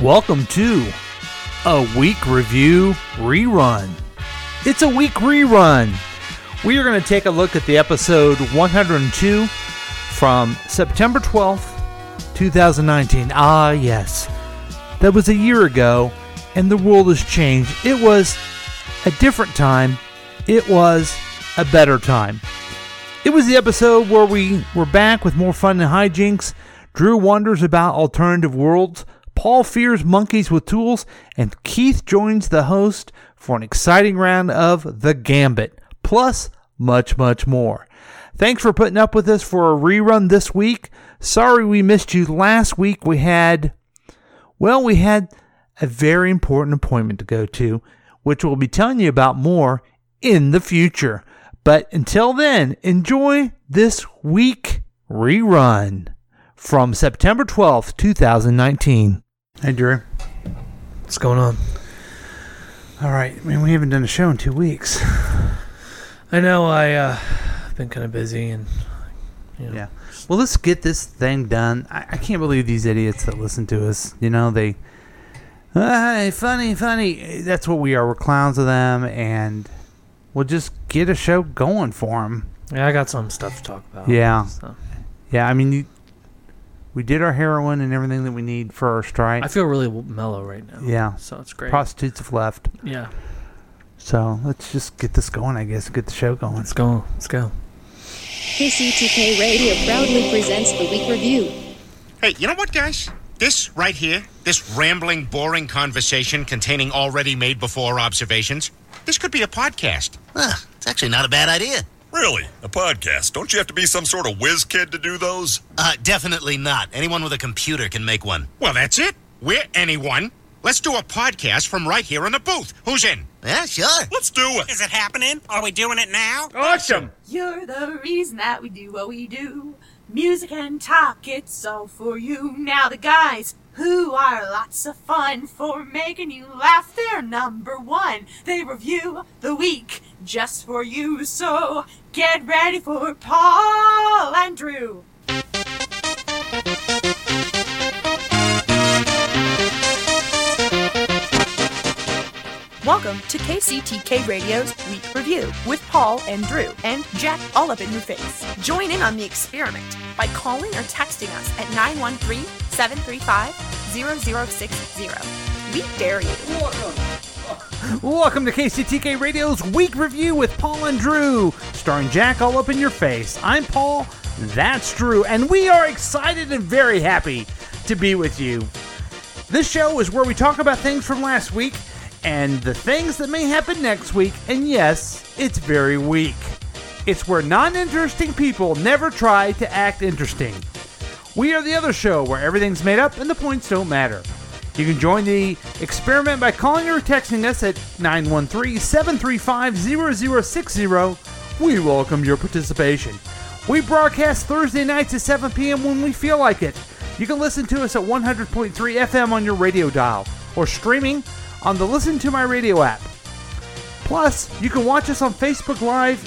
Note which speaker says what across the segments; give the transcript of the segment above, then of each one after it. Speaker 1: Welcome to a week review rerun. It's a week rerun. We are going to take a look at the episode 102 from September 12th, 2019. Ah, yes. That was a year ago, and the world has changed. It was a different time, it was a better time. It was the episode where we were back with more fun and hijinks. Drew wonders about alternative worlds. Paul fears monkeys with tools. And Keith joins the host for an exciting round of The Gambit, plus much, much more. Thanks for putting up with us for a rerun this week. Sorry we missed you last week. We had, well, we had a very important appointment to go to, which we'll be telling you about more in the future. But until then, enjoy this week rerun from September 12th, 2019. Hey, Drew. What's going on? All right. Man, we haven't done a show in two weeks.
Speaker 2: I know I uh been kind of busy and you know.
Speaker 1: Yeah. Well, let's get this thing done. I, I can't believe these idiots that listen to us. You know, they. "Ah, funny, funny. That's what we are. We're clowns of them, and we'll just get a show going for them.
Speaker 2: Yeah, I got some stuff to talk about.
Speaker 1: Yeah.
Speaker 2: Oh, So.
Speaker 1: Yeah, I mean, you, we did our heroin and everything that we need first, right?
Speaker 2: I feel really w- mellow right now.
Speaker 1: Yeah.
Speaker 2: So it's great.
Speaker 1: Prostitutes have left.
Speaker 2: yeah.
Speaker 1: So let's just get this going, I guess. Get the show going.
Speaker 2: Let's go. Let's go.
Speaker 3: KCTK Radio proudly presents the week review.
Speaker 4: Hey, you know what, guys? This right here, this rambling, boring conversation containing already made before observations, this could be a podcast.
Speaker 5: Huh, it's actually not a bad idea.
Speaker 6: Really? A podcast? Don't you have to be some sort of whiz kid to do those?
Speaker 5: Uh, definitely not. Anyone with a computer can make one.
Speaker 4: Well, that's it. We're anyone. Let's do a podcast from right here in the booth. Who's in?
Speaker 5: Yeah, sure.
Speaker 6: Let's do it.
Speaker 7: Is it happening? Are we doing it now?
Speaker 4: Awesome.
Speaker 8: You're the reason that we do what we do. Music and talk, it's all for you. Now, the guys who are lots of fun for making you laugh, they're number one. They review the week just for you, so get ready for Paul and Drew.
Speaker 9: Welcome to KCTK Radio's Week Review with Paul and Drew and Jack all up in your face. Join in on the experiment by calling or texting us at 913 735 0060. We dare you.
Speaker 1: Welcome to KCTK Radio's Week Review with Paul and Drew, starring Jack all up in your face. I'm Paul, that's Drew, and we are excited and very happy to be with you. This show is where we talk about things from last week and the things that may happen next week, and yes, it's very weak. It's where non interesting people never try to act interesting. We are the other show where everything's made up and the points don't matter. You can join the experiment by calling or texting us at 913 735 0060. We welcome your participation. We broadcast Thursday nights at 7 p.m. when we feel like it. You can listen to us at 100.3 FM on your radio dial or streaming on the Listen to My Radio app. Plus, you can watch us on Facebook Live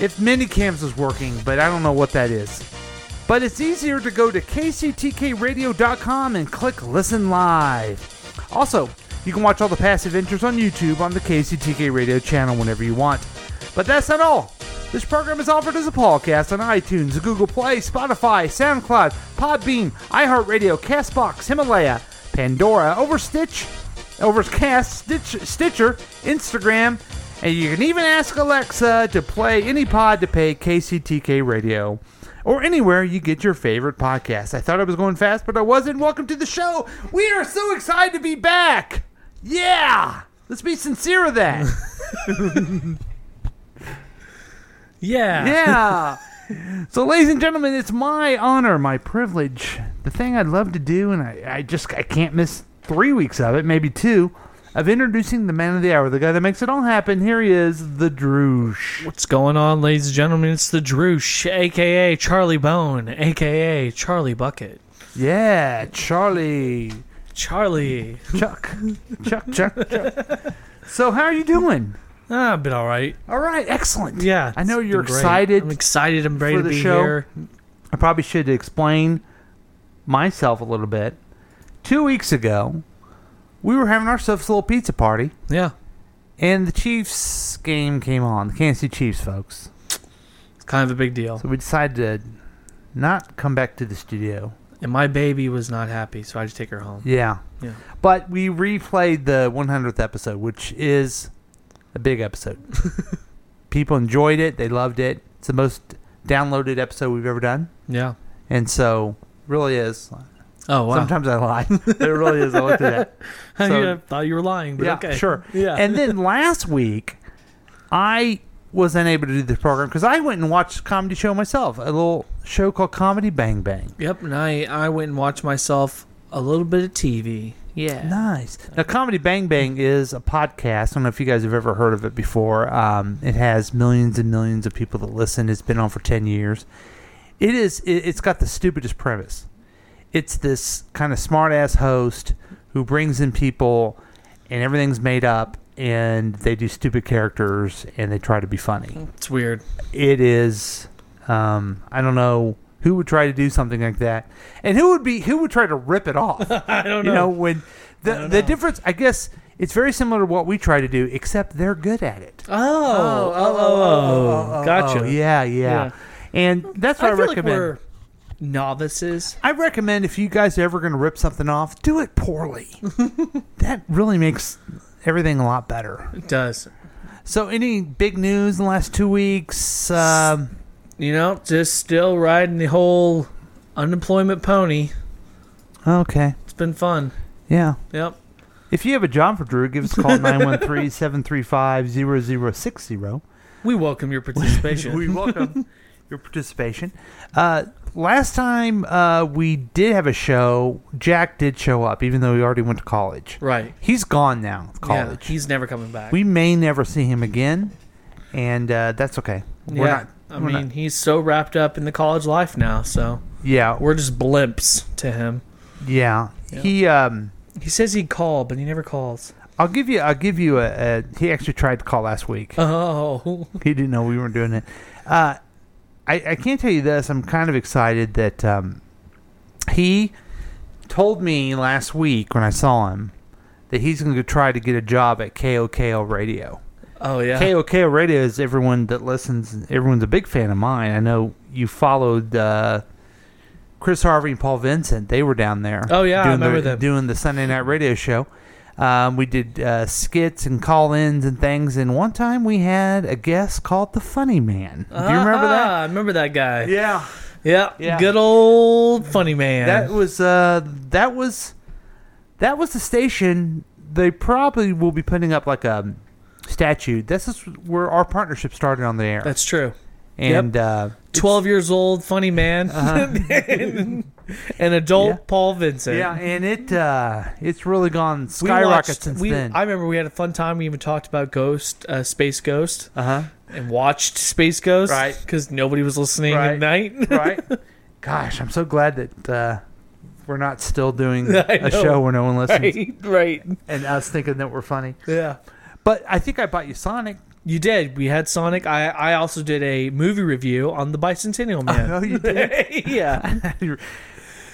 Speaker 1: if minicams is working, but I don't know what that is but it's easier to go to kctkradio.com and click listen live. Also, you can watch all the past adventures on YouTube on the KCTK Radio channel whenever you want. But that's not all. This program is offered as a podcast on iTunes, Google Play, Spotify, SoundCloud, Podbean, iHeartRadio, Castbox, Himalaya, Pandora, Overstitch, Overcast, Stitch, Stitcher, Instagram, and you can even ask Alexa to play any pod to pay KCTK Radio or anywhere you get your favorite podcast. I thought I was going fast, but I wasn't. Welcome to the show. We are so excited to be back. Yeah. Let's be sincere with that.
Speaker 2: Yeah.
Speaker 1: yeah. So, ladies and gentlemen, it's my honor, my privilege, the thing I'd love to do, and I, I just I can't miss three weeks of it, maybe two, of introducing the man of the hour, the guy that makes it all happen. Here he is, the Droosh.
Speaker 2: What's going on, ladies and gentlemen? It's the Droosh, aka Charlie Bone, aka Charlie Bucket.
Speaker 1: Yeah, Charlie,
Speaker 2: Charlie.
Speaker 1: Chuck, Chuck, Chuck, Chuck. So, how are you doing?
Speaker 2: Ah, I've been all right.
Speaker 1: All right, excellent.
Speaker 2: Yeah.
Speaker 1: I know
Speaker 2: it's
Speaker 1: you're
Speaker 2: been great.
Speaker 1: excited.
Speaker 2: I'm excited. I'm ready
Speaker 1: for
Speaker 2: to
Speaker 1: the
Speaker 2: be
Speaker 1: show.
Speaker 2: here.
Speaker 1: I probably should explain myself a little bit two weeks ago, we were having ourselves a little pizza party,
Speaker 2: Yeah.
Speaker 1: and the Chiefs game came on. The Kansas City Chiefs, folks.
Speaker 2: It's kind of a big deal.
Speaker 1: So we decided to not come back to the studio.
Speaker 2: And my baby was not happy, so I just take her home.
Speaker 1: Yeah.
Speaker 2: Yeah.
Speaker 1: But we replayed the 100th episode, which is a big episode. People enjoyed it. They loved it. It's the most downloaded episode we've ever done.
Speaker 2: Yeah.
Speaker 1: And so, really is.
Speaker 2: Oh, wow.
Speaker 1: Sometimes I lie. it really is. I looked at that.
Speaker 2: yeah, I
Speaker 1: So,
Speaker 2: thought you were lying, but
Speaker 1: yeah,
Speaker 2: okay.
Speaker 1: sure.
Speaker 2: Yeah.
Speaker 1: And then last week, I was unable to do the program because I went and watched a comedy show myself, a little show called Comedy Bang Bang.
Speaker 2: Yep, and I, I went and watched myself a little bit of TV. Yeah.
Speaker 1: Nice. Now, Comedy Bang Bang is a podcast. I don't know if you guys have ever heard of it before. Um, it has millions and millions of people that listen. It's been on for ten years. It is. It, it's got the stupidest premise. It's this kind of smart ass host who brings in people, and everything's made up, and they do stupid characters, and they try to be funny.
Speaker 2: It's weird.
Speaker 1: It is. Um, I don't know who would try to do something like that, and who would be who would try to rip it off.
Speaker 2: I don't
Speaker 1: you know when the the difference i guess it's very similar to what we try to do except they're good at it
Speaker 2: Oh, oh, oh, oh, gotcha.
Speaker 1: Oh, yeah, yeah
Speaker 2: Yeah.
Speaker 1: and that's
Speaker 2: I,
Speaker 1: what i,
Speaker 2: feel like
Speaker 1: recommend
Speaker 2: we're novices.
Speaker 1: i recommend if you guys are ever going to rip something off do it poorly that really makes everything a lot better
Speaker 2: It does.
Speaker 1: so any big news in the last two weeks um,
Speaker 2: You know, just still riding the whole unemployment pony.
Speaker 1: okay
Speaker 2: It's been fun.
Speaker 1: yeah
Speaker 2: Yep.
Speaker 1: if you have a job for drew give us a call 913-735-0060
Speaker 2: We welcome your participation.
Speaker 1: We welcome your participation. Uh, last time uh, we did have a show, Jack did show up, even though he already went to college.
Speaker 2: right.
Speaker 1: He's gone now,
Speaker 2: Yeah,
Speaker 1: college.
Speaker 2: he's never coming back.
Speaker 1: we may never see him again, and uh, that's okay.
Speaker 2: yeah.
Speaker 1: We're not.
Speaker 2: I
Speaker 1: we're
Speaker 2: mean,
Speaker 1: not-
Speaker 2: he's so wrapped up in the college life now, so
Speaker 1: yeah, we're,
Speaker 2: we're just blimps to him.
Speaker 1: yeah. He, um,
Speaker 2: He says he'd call, but he never calls.
Speaker 1: I'll give you, I'll give you a, a. He actually tried to call last week.
Speaker 2: Oh.
Speaker 1: he didn't know we weren't doing it. Uh, I, I can't tell you this. I'm kind of excited that um, he told me last week when I saw him that he's going to try to get a job at KOKO Radio.
Speaker 2: Oh, yeah.
Speaker 1: KOKO Radio is everyone that listens. Everyone's a big fan of mine. I know you followed uh, Chris Harvey and Paul Vincent. They were down there.
Speaker 2: Oh, yeah, I
Speaker 1: doing
Speaker 2: remember
Speaker 1: the,
Speaker 2: them.
Speaker 1: doing the Sunday night radio show. Um, we did uh, skits and call-ins and things. And one time we had a guest called the Funny Man. Do you remember that?
Speaker 2: Ah, I remember that guy.
Speaker 1: Yeah,
Speaker 2: Yeah.
Speaker 1: Yeah.
Speaker 2: Good old funny man.
Speaker 1: that was uh, that was that was the station. They probably will be putting up like a statue. This is where our partnership started on the air.
Speaker 2: That's true.
Speaker 1: and uh,
Speaker 2: 12 years old, funny man, and adult
Speaker 1: Uh-huh. Yeah.
Speaker 2: Paul Vincent.
Speaker 1: yeah, and it uh, it's really gone
Speaker 2: We
Speaker 1: skyrocket
Speaker 2: watched-
Speaker 1: since
Speaker 2: we-
Speaker 1: then.
Speaker 2: I remember we had a fun time. We even talked about Ghost, uh, Space Ghost,
Speaker 1: uh huh.
Speaker 2: and watched Space Ghost.
Speaker 1: Right.
Speaker 2: Because nobody was listening
Speaker 1: Right.
Speaker 2: at night.
Speaker 1: Right. Gosh, I'm so glad that uh, we're not still doing
Speaker 2: I
Speaker 1: a
Speaker 2: know.
Speaker 1: show where no one listens
Speaker 2: right. Right.
Speaker 1: and us thinking that we're funny.
Speaker 2: Yeah.
Speaker 1: But I think I bought you Sonic.
Speaker 2: You did. We had Sonic. I, I also did a movie review on the Bicentennial
Speaker 1: Oh,
Speaker 2: Man.
Speaker 1: you did.
Speaker 2: yeah.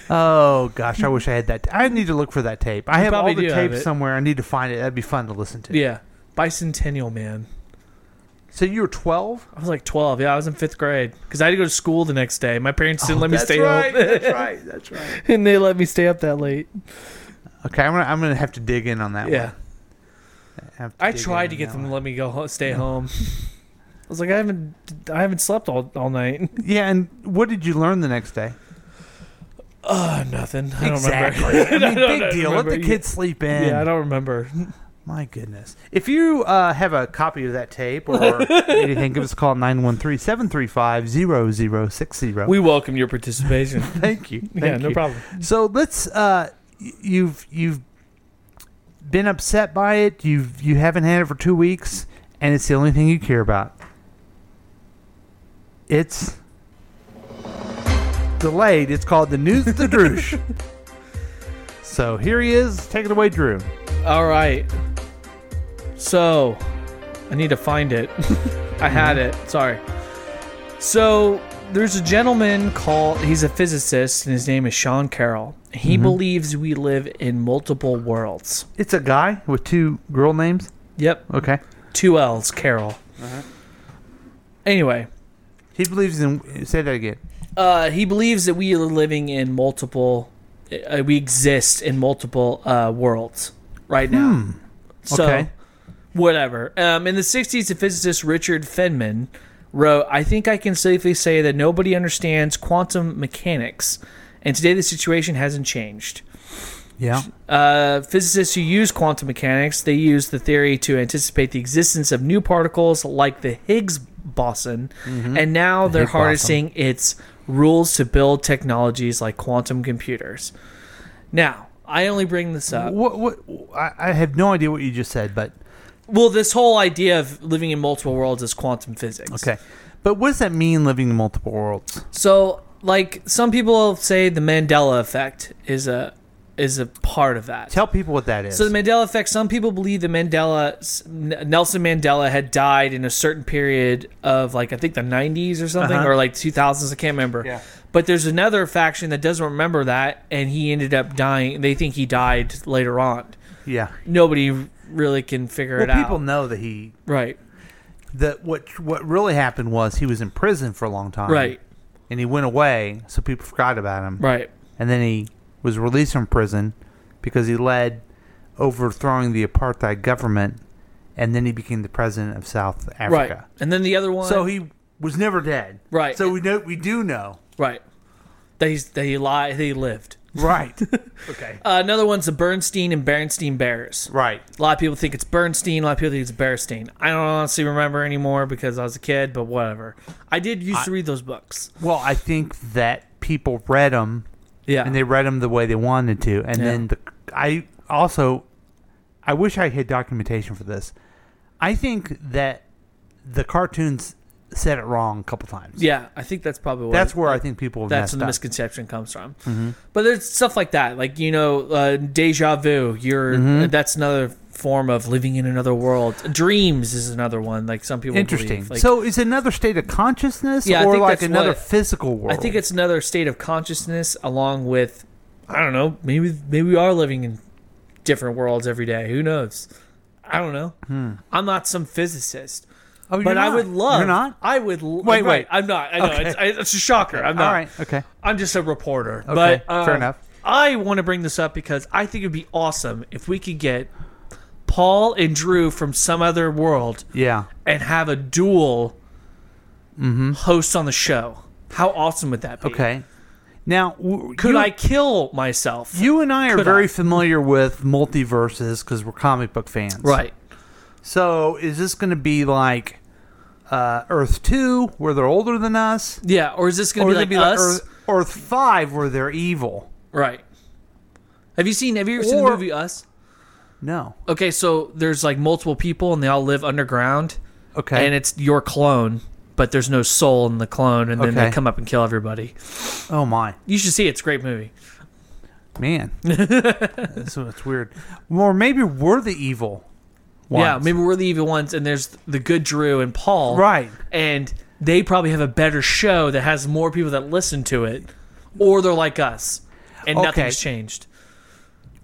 Speaker 1: oh gosh, I wish I had that. I need to look for that tape. I have all
Speaker 2: probably
Speaker 1: the
Speaker 2: do have
Speaker 1: tapes
Speaker 2: it.
Speaker 1: somewhere. I need to find it. That'd be fun to listen to.
Speaker 2: Yeah. Bicentennial Man.
Speaker 1: So you were 12.
Speaker 2: I was like 12. Yeah, I was in fifth grade because I had to go to school the next day. My parents didn't let me stay up,
Speaker 1: Oh, That's right. That's right.
Speaker 2: and they let me stay up that late.
Speaker 1: Okay, I'm gonna I'm gonna have to dig in on that.
Speaker 2: Yeah,
Speaker 1: one. Have
Speaker 2: I
Speaker 1: dig
Speaker 2: tried
Speaker 1: in
Speaker 2: to
Speaker 1: on
Speaker 2: get
Speaker 1: that
Speaker 2: them
Speaker 1: one.
Speaker 2: to let me go ho- stay home. I was like, I haven't, I haven't slept all, all night.
Speaker 1: Yeah, and what did you learn the next day?
Speaker 2: Uh, nothing. I don't
Speaker 1: I
Speaker 2: remember.
Speaker 1: mean,
Speaker 2: don't- I
Speaker 1: big
Speaker 2: don't
Speaker 1: deal. Let the
Speaker 2: remember.
Speaker 1: kids sleep in.
Speaker 2: Yeah, I don't remember.
Speaker 1: My goodness. If you uh, have a copy of that tape or anything, give us a call 913 735 0060.
Speaker 2: We welcome your participation.
Speaker 1: Thank you.
Speaker 2: yeah,
Speaker 1: Thank
Speaker 2: no
Speaker 1: you.
Speaker 2: problem.
Speaker 1: So let's. Uh, y- you've you've been upset by it. You've you haven't had it for two weeks, and it's the only thing you care about. It's delayed. It's called the news of the Droosh. so here he is. Take it away, Drew.
Speaker 2: All right. So, I need to find it. I had it. Sorry. So, there's a gentleman called he's a physicist and his name is Sean Carroll. He believes we live in multiple worlds.
Speaker 1: Mm-hmm. It's a guy with two girl names.
Speaker 2: Yep,
Speaker 1: Okay.
Speaker 2: two L's, Carroll. Anyway,
Speaker 1: He believes in. Say that again.
Speaker 2: uh, he believes that we are living in multiple, uh, we exist in multiple uh, worlds right now. So,
Speaker 1: Okay.
Speaker 2: whatever. Um, in the 60s, the physicist Richard Feynman wrote, I think I can safely say that nobody understands quantum mechanics, and today the situation hasn't changed
Speaker 1: Yeah.
Speaker 2: uh, physicists who use quantum mechanics they use the theory to anticipate the existence of new particles like the Higgs boson, and now they're
Speaker 1: Mm-hmm. Higgs boson.
Speaker 2: harnessing its rules to build technologies like quantum computers. Now, I only bring this up.
Speaker 1: What? What? I, I have no idea what you just said, but
Speaker 2: Well, this whole idea of living in multiple worlds is quantum physics.
Speaker 1: okay. But what does that mean? Living in multiple worlds.
Speaker 2: So, like some people say, the Mandela effect is a is a part of that.
Speaker 1: Tell people what that is.
Speaker 2: So the Mandela effect. Some people believe that Mandela, s- N- Nelson Mandela, had died in a certain period of like I think the 90s or something,
Speaker 1: Uh-huh.
Speaker 2: or like 2000s. I can't remember.
Speaker 1: Yeah.
Speaker 2: But there's another faction that doesn't remember that, and he ended up dying. They think he died later on.
Speaker 1: yeah.
Speaker 2: Nobody really can figure
Speaker 1: Well,
Speaker 2: it out.
Speaker 1: people know that he
Speaker 2: right.
Speaker 1: that what what really happened was he was in prison for a long time.
Speaker 2: Right.
Speaker 1: And he went away, so people forgot about him.
Speaker 2: Right.
Speaker 1: And then he was released from prison because he led overthrowing the apartheid government, and then he became the president of South
Speaker 2: Right.
Speaker 1: Africa.
Speaker 2: And then the other one.
Speaker 1: So he was never dead.
Speaker 2: Right.
Speaker 1: So we know we do know.
Speaker 2: right. That he's that he lied. That he lived.
Speaker 1: Right. okay.
Speaker 2: Uh, another one's the Bernstein and Bernstein Bears.
Speaker 1: Right.
Speaker 2: A lot of people think it's Bernstein. A lot of people think it's Berstein. I don't honestly remember anymore because I was a kid, but whatever. I did used to read those books.
Speaker 1: Well, I think that people read them
Speaker 2: Yeah.
Speaker 1: and they read them the way they wanted to. And
Speaker 2: Yeah.
Speaker 1: then the I also I wish I had documentation for this. I think that the cartoons said it wrong a couple times.
Speaker 2: yeah, I think that's probably what
Speaker 1: That's where I think people have messed
Speaker 2: that's where the
Speaker 1: up.
Speaker 2: misconception comes from. But there's stuff like that, like you know, uh, deja vu. You're
Speaker 1: Mm-hmm.
Speaker 2: that's another form of living in another world. Dreams is another one. Like some people
Speaker 1: Interesting.
Speaker 2: Believe. Like,
Speaker 1: so is it another state of consciousness
Speaker 2: Yeah, I
Speaker 1: or
Speaker 2: think
Speaker 1: like
Speaker 2: that's
Speaker 1: another
Speaker 2: what-
Speaker 1: physical
Speaker 2: I
Speaker 1: world?
Speaker 2: think it's another state of consciousness along with I don't know, maybe maybe we are living in different worlds every day. Who knows? I don't know. I'm not some physicist.
Speaker 1: Hmm. Oh, you're
Speaker 2: but I
Speaker 1: not.
Speaker 2: would love
Speaker 1: You're not?
Speaker 2: I would l-
Speaker 1: Wait,
Speaker 2: right,
Speaker 1: wait.
Speaker 2: I'm not. I know
Speaker 1: Okay.
Speaker 2: it's, I, it's a shocker. I'm not.
Speaker 1: All right. Okay.
Speaker 2: I'm just a reporter.
Speaker 1: Okay,
Speaker 2: But um,
Speaker 1: fair enough.
Speaker 2: I want to bring this up because I think it'd be awesome if we could get Paul and Drew from some other world
Speaker 1: Yeah. Mm-hmm.
Speaker 2: and have a dual host on the show. How awesome would that be?
Speaker 1: Okay. Now, w-
Speaker 2: Could
Speaker 1: you,
Speaker 2: I kill myself?
Speaker 1: You and I are
Speaker 2: Could
Speaker 1: very
Speaker 2: I?
Speaker 1: familiar with multiverses because we're comic book fans,
Speaker 2: right.
Speaker 1: So is this going to be like uh, Earth Two, where they're older than us,
Speaker 2: Yeah. Or is this going to
Speaker 1: or
Speaker 2: be
Speaker 1: is it
Speaker 2: like us?
Speaker 1: Earth, Earth Five, where they're evil?
Speaker 2: right. Have you seen? Have you ever seen the
Speaker 1: Or-
Speaker 2: movie Us?
Speaker 1: No.
Speaker 2: Okay, so there's like multiple people and they all live underground,
Speaker 1: Okay.
Speaker 2: and it's your clone, but there's no soul in the clone, and then they
Speaker 1: Okay.
Speaker 2: come up and kill everybody.
Speaker 1: oh my
Speaker 2: You should see it. It's a great movie.
Speaker 1: man, so it's weird. Or maybe we're the evil. Ones.
Speaker 2: Yeah, maybe we're the evil ones, and there's the good Drew and Paul.
Speaker 1: Right.
Speaker 2: And they probably have a better show that has more people that listen to it, or they're like us, and
Speaker 1: Okay.
Speaker 2: nothing's changed.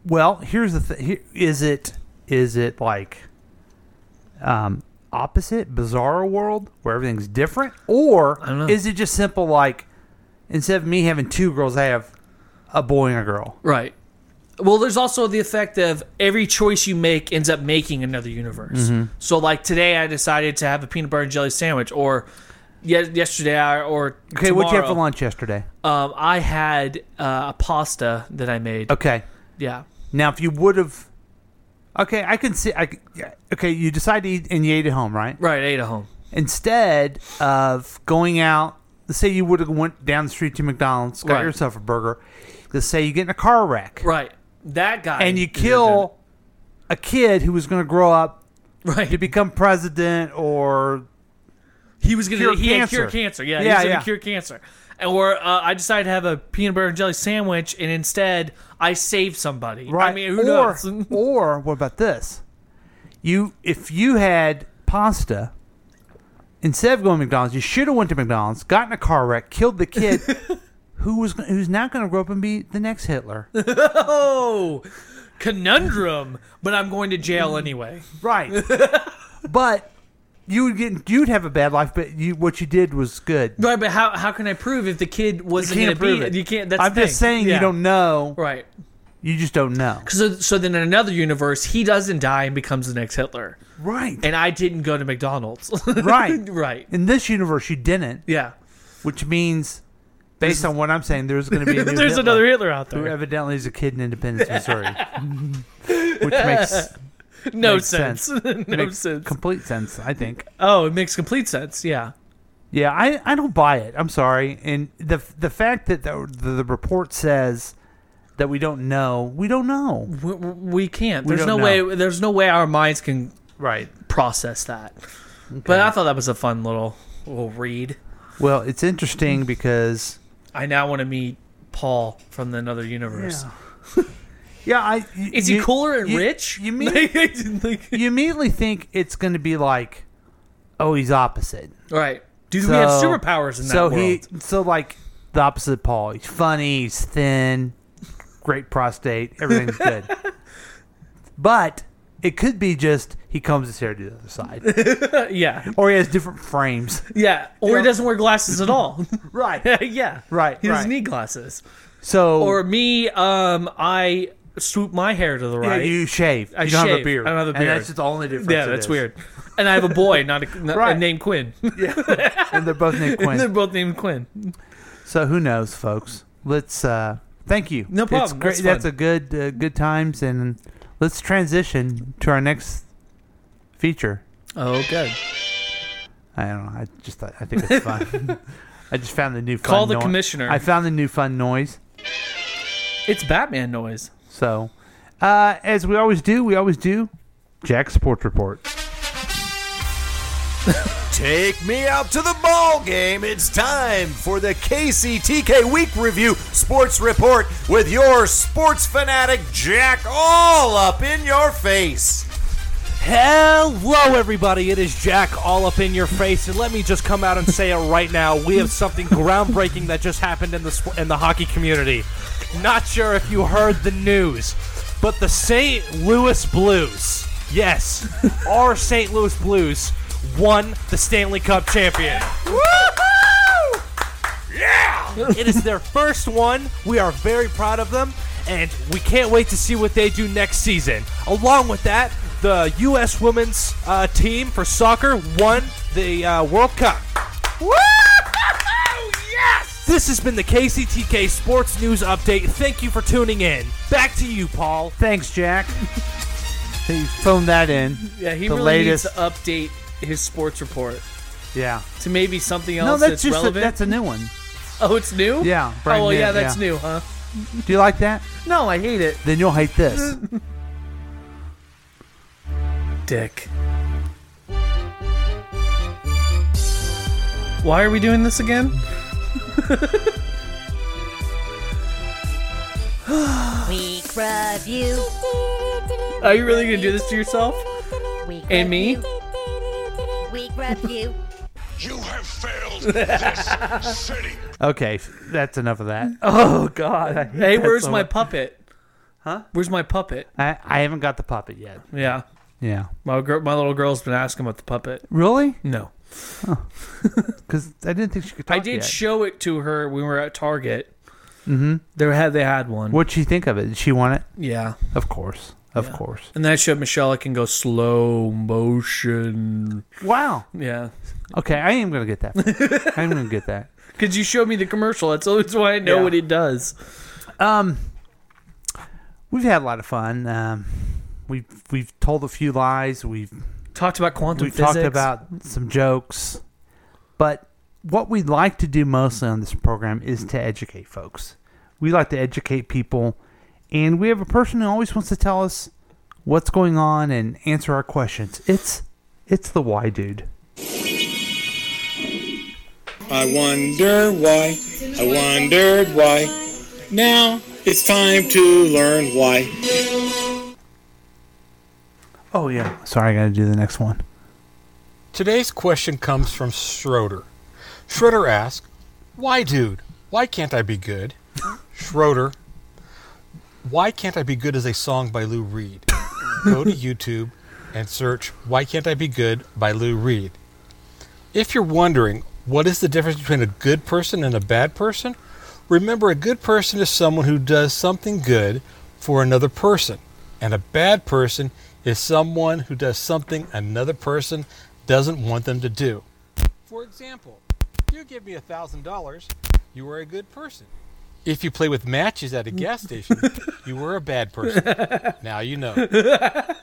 Speaker 1: Well, here's the thing: is it is it like um, opposite bizarro world where everything's different, or
Speaker 2: don't know.
Speaker 1: is it just simple like instead of me having two girls, I have a boy and a girl?
Speaker 2: Right. Well, there's also the effect of every choice you make ends up making another universe.
Speaker 1: Mm-hmm.
Speaker 2: So, like today, I decided to have a peanut butter and jelly sandwich, or ye- yesterday, I, or
Speaker 1: Okay, what'd you have for
Speaker 2: tomorrow,
Speaker 1: lunch yesterday?
Speaker 2: Um, I had uh, a pasta that I made.
Speaker 1: Okay,
Speaker 2: Yeah,
Speaker 1: now if you would have, okay, I can see. I c- yeah, okay, you decide to eat and you ate at home, right?
Speaker 2: right. I ate at home.
Speaker 1: Instead of going out, let's say you would have went down the street to McDonald's, got
Speaker 2: Right.
Speaker 1: yourself a burger. Let's say you get in a car wreck,
Speaker 2: Right. That guy.
Speaker 1: and you
Speaker 2: deserved it.
Speaker 1: kill a kid who was going to grow up
Speaker 2: Right.
Speaker 1: to become president or
Speaker 2: he was gonna
Speaker 1: cure
Speaker 2: he had cure
Speaker 1: cancer.
Speaker 2: cancer.
Speaker 1: Yeah,
Speaker 2: Yeah, he was
Speaker 1: yeah.
Speaker 2: gonna cure cancer. And or uh, I decided to have a peanut butter and jelly sandwich, and instead I saved somebody.
Speaker 1: right
Speaker 2: I mean, who
Speaker 1: or
Speaker 2: knows?
Speaker 1: or what about this you if you had pasta Instead of going to McDonald's, you should have went to McDonald's, gotten a car wreck, killed the kid who was who's now going to grow up and be the next Hitler.
Speaker 2: Oh, conundrum. But I'm going to jail anyway.
Speaker 1: Right. but you would get you'd have a bad life, but you what you did was good.
Speaker 2: Right, but how, how can I prove if the kid wasn't
Speaker 1: can't
Speaker 2: going to
Speaker 1: prove
Speaker 2: be?
Speaker 1: it.
Speaker 2: You can't. That's
Speaker 1: I'm
Speaker 2: the
Speaker 1: just
Speaker 2: thing.
Speaker 1: saying
Speaker 2: Yeah.
Speaker 1: you don't know.
Speaker 2: Right.
Speaker 1: You just don't know.
Speaker 2: So so then in another universe, he doesn't die and becomes the next Hitler,
Speaker 1: Right.
Speaker 2: and I didn't go to McDonald's.
Speaker 1: right.
Speaker 2: right.
Speaker 1: In this universe, you didn't,
Speaker 2: Yeah.
Speaker 1: which means, based on what I'm saying, there's going to be a new
Speaker 2: There's
Speaker 1: Hitler,
Speaker 2: another Hitler out
Speaker 1: who
Speaker 2: there.
Speaker 1: evidently is a kid in Independence, Missouri, which makes
Speaker 2: No
Speaker 1: makes
Speaker 2: sense. no
Speaker 1: makes
Speaker 2: sense.
Speaker 1: complete sense. I think.
Speaker 2: oh, it makes complete sense. Yeah.
Speaker 1: Yeah, I, I don't buy it. I'm sorry. And the the fact that the, the, the report says that we don't know, we don't know.
Speaker 2: We, we can't.
Speaker 1: We
Speaker 2: There's no
Speaker 1: don't know.
Speaker 2: way. There's no way our minds can
Speaker 1: Right.
Speaker 2: process that. But I thought that was a fun little little read.
Speaker 1: Well, it's interesting because
Speaker 2: I now want to meet Paul from the another universe.
Speaker 1: yeah, I
Speaker 2: Is he cooler and rich?
Speaker 1: You mean
Speaker 2: Like, I didn't think-
Speaker 1: you immediately think it's going to be like, oh, he's opposite.
Speaker 2: right? Do we have
Speaker 1: So-
Speaker 2: superpowers in that
Speaker 1: so
Speaker 2: world?
Speaker 1: he so like the opposite of Paul. He's funny. He's thin. Great prostate. Everything's good. but it could be just he combs his hair to the other side,
Speaker 2: yeah,
Speaker 1: or he has different frames.
Speaker 2: yeah. Or he doesn't wear glasses at all.
Speaker 1: Right.
Speaker 2: yeah,
Speaker 1: Right,
Speaker 2: He doesn't
Speaker 1: right. Oh.
Speaker 2: need glasses.
Speaker 1: So
Speaker 2: Or me, um, I swoop my hair to the
Speaker 1: Yeah,
Speaker 2: right.
Speaker 1: you shave.
Speaker 2: I
Speaker 1: you don't have a
Speaker 2: shave.
Speaker 1: beard.
Speaker 2: I don't have a
Speaker 1: And
Speaker 2: beard.
Speaker 1: that's just the only difference.
Speaker 2: yeah,
Speaker 1: it
Speaker 2: that's
Speaker 1: is.
Speaker 2: weird. And I have a boy, not a, not-
Speaker 1: Right.
Speaker 2: named Quinn.
Speaker 1: And they're both named
Speaker 2: They're
Speaker 1: Quinn.
Speaker 2: both named Quinn.
Speaker 1: so who knows, folks? Let's. uh Thank you.
Speaker 2: No
Speaker 1: It's
Speaker 2: problem.
Speaker 1: great.
Speaker 2: That's fun.
Speaker 1: a good uh, good times, and let's transition to our next feature.
Speaker 2: Oh, good.
Speaker 1: I don't know. I just thought, I think it's fun. I just found the new fun
Speaker 2: Call the
Speaker 1: noi-
Speaker 2: commissioner.
Speaker 1: I found the new fun noise.
Speaker 2: It's Batman noise.
Speaker 1: So, uh, as we always do, we always do Jack's sports report.
Speaker 10: Take me out to the ball game. It's time for the KCTK Week Review Sports Report with your sports fanatic Jack all up in your face.
Speaker 11: Hello, everybody. It is Jack all up in your face, and let me just come out and say it right now. We have something groundbreaking that just happened in the sp- in the hockey community. Not sure if you heard the news, but the St. Louis Blues, yes, our St. Louis Blues, won the Stanley Cup champion. It is their first one. We are very proud of them, and we can't wait to see what they do next season. Along with that, the U.S. women's uh, team for soccer won the uh, World Cup. Yes! This has been the KCTK Sports News Update. Thank you for tuning in. Back to you, Paul.
Speaker 1: Thanks, Jack. he phoned that in.
Speaker 2: Yeah, he
Speaker 1: the
Speaker 2: really
Speaker 1: latest.
Speaker 2: needs to update his sports report
Speaker 1: yeah.
Speaker 2: to maybe something else
Speaker 1: No,
Speaker 2: that's,
Speaker 1: that's just a,
Speaker 2: relevant.
Speaker 1: that's a new one.
Speaker 2: oh, it's new.
Speaker 1: Yeah,
Speaker 2: Oh,
Speaker 1: brand
Speaker 2: well,
Speaker 1: new,
Speaker 2: yeah, that's
Speaker 1: yeah.
Speaker 2: new, huh?
Speaker 1: Do you like that?
Speaker 2: No, I hate it.
Speaker 1: Then you'll hate this.
Speaker 2: Dick. Why are we doing this again?
Speaker 9: Week review.
Speaker 2: Are you really gonna do this to yourself?
Speaker 9: Week
Speaker 2: And me?
Speaker 9: Week review.
Speaker 6: You have failed this city.
Speaker 1: okay, that's enough of that.
Speaker 2: Oh God! Hey, where's
Speaker 1: so
Speaker 2: my
Speaker 1: much.
Speaker 2: puppet? Huh? Where's my puppet?
Speaker 1: I, I haven't got the puppet yet.
Speaker 2: Yeah,
Speaker 1: Yeah.
Speaker 2: my girl, my little girl's been asking about the puppet.
Speaker 1: Really?
Speaker 2: No,
Speaker 1: Because I didn't think she could talk
Speaker 2: I did
Speaker 1: yet.
Speaker 2: show it to her when we were at Target. Mm-hmm. There had they had one.
Speaker 1: What'd she think of it? Did she want it?
Speaker 2: Yeah,
Speaker 1: Of course. Of course.
Speaker 2: and then I showed Michelle I can go slow motion.
Speaker 1: Wow.
Speaker 2: Yeah,
Speaker 1: Okay, I am going to get that. I'm going to get that.
Speaker 2: because you showed me the commercial. That's, that's why I know
Speaker 1: Yeah. Um,
Speaker 2: what it does.
Speaker 1: We've had a lot of fun. Um, we've, we've told a few lies. We've
Speaker 2: Talked about quantum
Speaker 1: We've
Speaker 2: physics.
Speaker 1: talked about some jokes, but what we'd like to do mostly on this program is to educate folks. We like to educate people, and we have a person who always wants to tell us what's going on and answer our questions. It's it's the why dude.
Speaker 7: I wonder why. I wondered why. Now it's time to learn why.
Speaker 1: Oh yeah, sorry, I got to do the next one.
Speaker 12: Today's question comes from Schroeder. Schroeder asks, Why, dude? Why can't I be good? Schroeder, Why Can't I Be Good is a song by Lou Reed. Go to YouTube and search Why Can't I Be Good by Lou Reed. If you're wondering what is the difference between a good person and a bad person, remember a good person is someone who does something good for another person, and a bad person is someone who does something another person doesn't want them to do. For example, if you give me a thousand dollars, you are a good person. If you play with matches at a gas station, you were a bad person. Now you know.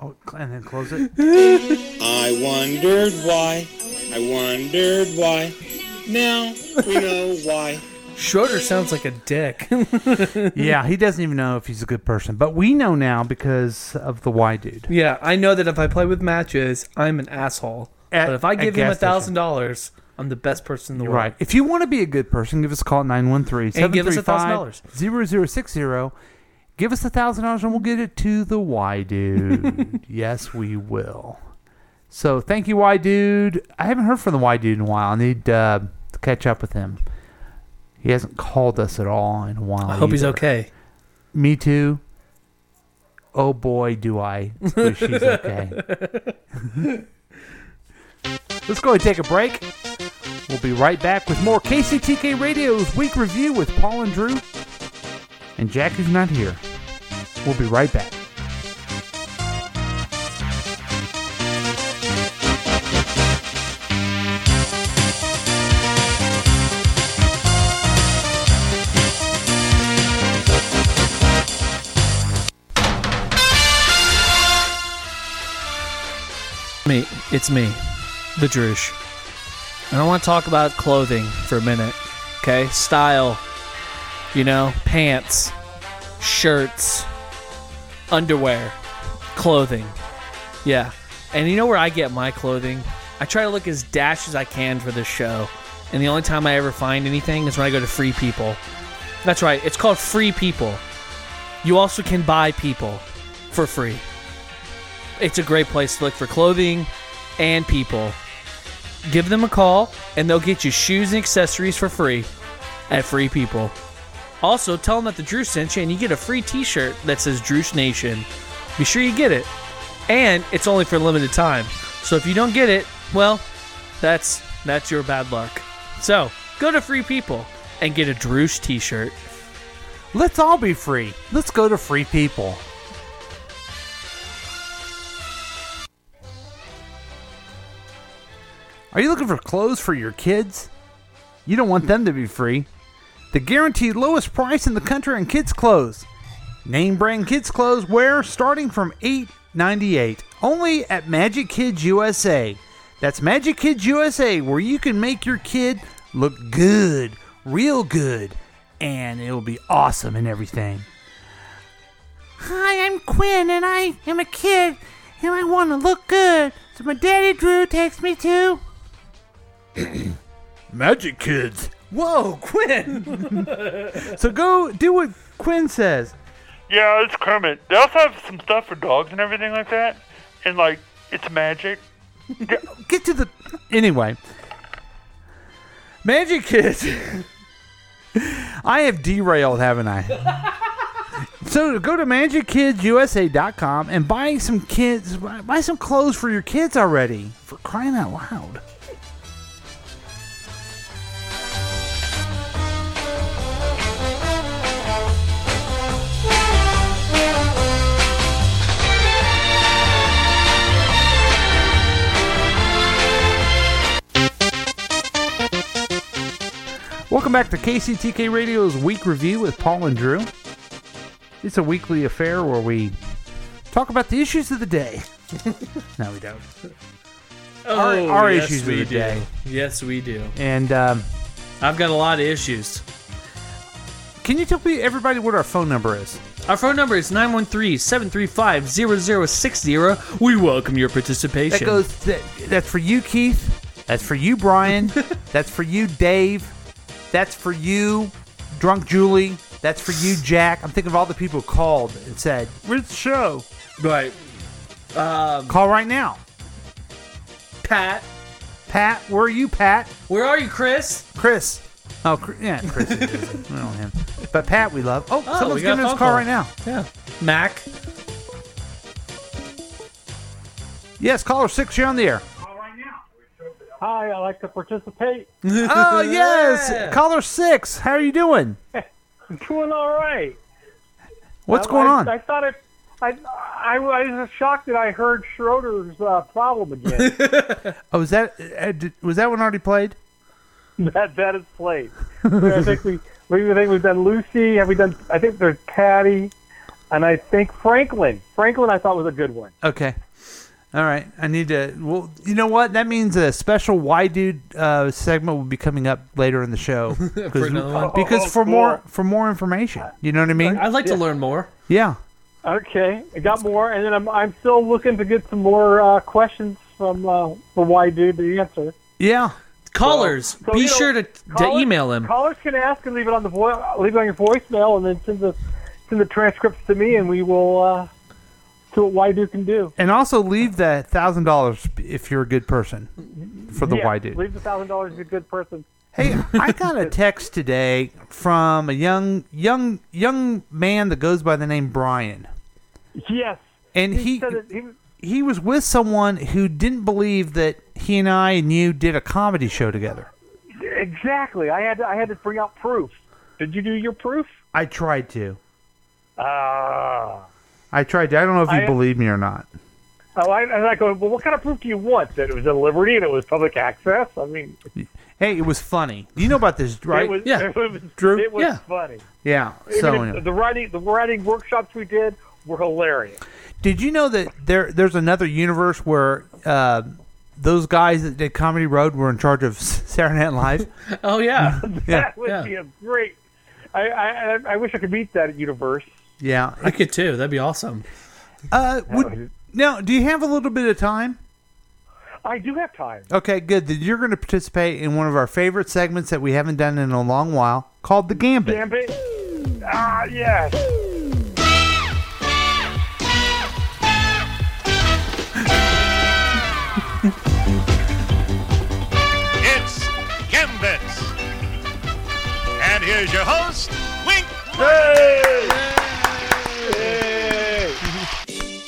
Speaker 1: Oh, and then close it.
Speaker 7: I wondered why. I wondered why. Now we know why.
Speaker 2: Schroeder sounds like a dick.
Speaker 1: yeah, he doesn't even know if he's a good person, but we know now because of the why dude.
Speaker 2: Yeah, I know that if I play with matches, I'm an asshole. but if I
Speaker 1: at
Speaker 2: give him a
Speaker 1: gas station.
Speaker 2: thousand dollars, I'm the best person in the world.
Speaker 1: Right. If you want to be a good person, give us a call at 913
Speaker 2: And give us $1,000.
Speaker 1: 0060. Give us $1,000 and we'll get it to the Y Dude. yes, we will. So thank you, Y Dude. I haven't heard from the Y Dude in a while. I need uh, to catch up with him. He hasn't called us at all in a while.
Speaker 2: I hope he's
Speaker 1: either.
Speaker 2: okay.
Speaker 1: Me too. Oh boy, do I wish he's okay. Let's go ahead and take a break. We'll be right back with more KCTK Radio's week review with Paul and Drew. And Jack, who's not here. We'll be right back.
Speaker 2: Me, it's me, the Drush. And I want to talk about clothing for a minute. Okay, style. You know, pants, shirts, underwear, clothing. Yeah. And you know where I get my clothing? I try to look as dash as I can for this show. And the only time I ever find anything is when I go to Free People. That's right, it's called Free People. You also can buy people for free it's a great place to look for clothing and people. Give them a call and they'll get you shoes and accessories for free at Free People. Also, tell them that the Drew sent you and you get a free t shirt that says Drew's Nation. Be sure you get it. And it's only for a limited time. So if you don't get it, well, that's that's your bad luck. So go to Free People and get a Drew's t shirt.
Speaker 1: Let's all be free. Let's go to Free People. Are you looking for clothes for your kids? You don't want them to be free. The guaranteed lowest price in the country on kids' clothes. Name brand kids' clothes wear starting from $8.98. Only at Magic Kids USA. That's Magic Kids USA, where you can make your kid look good, real good, and it'll be awesome and everything. Hi, I'm Quinn, and I am a kid, and I want to look good. So my daddy Drew takes me to Magic Kids. Whoa, Quinn! so go do what Quinn says.
Speaker 13: Yeah, it's Kermit. They also have some stuff for dogs and everything like that. And like, it's magic.
Speaker 1: Get to the. Anyway, Magic Kids. I have derailed, haven't I? so go to magickidsusa.com and buy some kids buy some clothes for your kids already. For crying out loud. Welcome back to KCTK Radio's Week Review with Paul and Drew. It's a weekly affair where we talk about the issues of the day. no, we don't. Our- our issues of the
Speaker 2: Oh, do.
Speaker 1: day.
Speaker 2: Yes, we do.
Speaker 1: And um,
Speaker 2: I've got a lot of issues.
Speaker 1: Can you tell me everybody what our phone number is?
Speaker 2: Our phone number is 913-735-0060. We welcome your participation.
Speaker 1: that goes that, that's for you, Keith. That's for you, Brian. that's for you, Dave. That's for you, Drunk Julie. That's for you, Jack. I'm thinking of all the people who called and said, "Where's the show?"
Speaker 2: Right.
Speaker 1: Call right now.
Speaker 2: Um, Pat.
Speaker 1: Pat, where are you, Pat?
Speaker 2: Where are you, Chris?
Speaker 1: Chris. Oh, Chris, yeah, Chris. is busy. we don't know him. But Pat, we love. Oh,
Speaker 2: Oh,
Speaker 1: someone's
Speaker 2: we got
Speaker 1: giving
Speaker 2: a
Speaker 1: us a call
Speaker 2: phone call.
Speaker 1: right now.
Speaker 2: Yeah. Mac.
Speaker 1: Yes, caller six, you're on the air.
Speaker 14: Hi, I like to participate.
Speaker 1: oh yes, caller six. How are you doing?
Speaker 14: I'm doing all right.
Speaker 1: What's
Speaker 14: Um,
Speaker 1: going
Speaker 14: I,
Speaker 1: on?
Speaker 14: I thought it. I, I was shocked that I heard Schroeder's uh, problem again.
Speaker 1: oh, was that uh, did, was that one already played?
Speaker 14: that that is played. I think we we I think we've done Lucy. Have we done? I think there's Patty, and I think Franklin. Franklin, I thought was a good one.
Speaker 1: Okay. All right. I need to. Well, you know what? That means a special "Why Dude" uh, segment will be coming up later in the show. 'Cause-
Speaker 2: For another one.
Speaker 1: because
Speaker 2: Oh,
Speaker 1: for
Speaker 2: cool.
Speaker 1: more for more information, you know what I mean.
Speaker 2: I'd like to learn more.
Speaker 1: Yeah.
Speaker 14: Okay, I got more, and then I'm I'm still looking to get some more uh, questions from uh, the why dude to answer.
Speaker 1: Yeah.
Speaker 2: Callers,
Speaker 14: So,
Speaker 2: be
Speaker 14: you know,
Speaker 2: sure to, to
Speaker 14: callers-
Speaker 2: email him.
Speaker 14: Callers can ask and leave it on the vo- leave it on your voicemail, and then send the send the transcripts to me, and we will uh, see what why dude can do.
Speaker 1: And also leave the thousand dollars if you're a good person for the
Speaker 14: Yeah,
Speaker 1: "Why Dude."
Speaker 14: Leave the thousand dollars to a good person.
Speaker 1: I got a text today from a young young young man that goes by the name Brian.
Speaker 14: Yes.
Speaker 1: And he
Speaker 14: said it, he was-
Speaker 1: he was with someone who didn't believe that he and I and you did a comedy show together.
Speaker 14: exactly. I had to, I had to bring out proof. Did you do your proof?
Speaker 1: I tried to.
Speaker 14: Ah.
Speaker 1: I tried to. I don't know if you
Speaker 14: I-
Speaker 1: believe me or not.
Speaker 14: oh, I, and I go. Well, what kind of proof do you want? That it was a liberty and it was public access. I mean,
Speaker 1: Hey, it was funny. You know about this, right?
Speaker 14: It was, It was,
Speaker 1: Drew?
Speaker 14: It was
Speaker 1: Yeah.
Speaker 14: funny.
Speaker 1: yeah.
Speaker 14: Even
Speaker 1: So
Speaker 14: if-
Speaker 1: anyway.
Speaker 14: the writing the writing workshops we did were hilarious.
Speaker 1: Did you know that there there's another universe where uh, those guys that did Comedy Road were in charge of Saturday Night Live?
Speaker 2: oh yeah,
Speaker 1: yeah,
Speaker 14: That would be a great. I, I I- I wish I could meet that universe.
Speaker 1: yeah.
Speaker 2: I could too. That'd be awesome.
Speaker 1: Uh, would, now, do you have a little bit of time?
Speaker 14: I do have time.
Speaker 1: Okay, good. Then you're going to participate in one of our favorite segments that we haven't done in a long while, called the Gambit.
Speaker 14: Gambit. Ah yes.
Speaker 15: It's Gambits. And here's your host, Wink.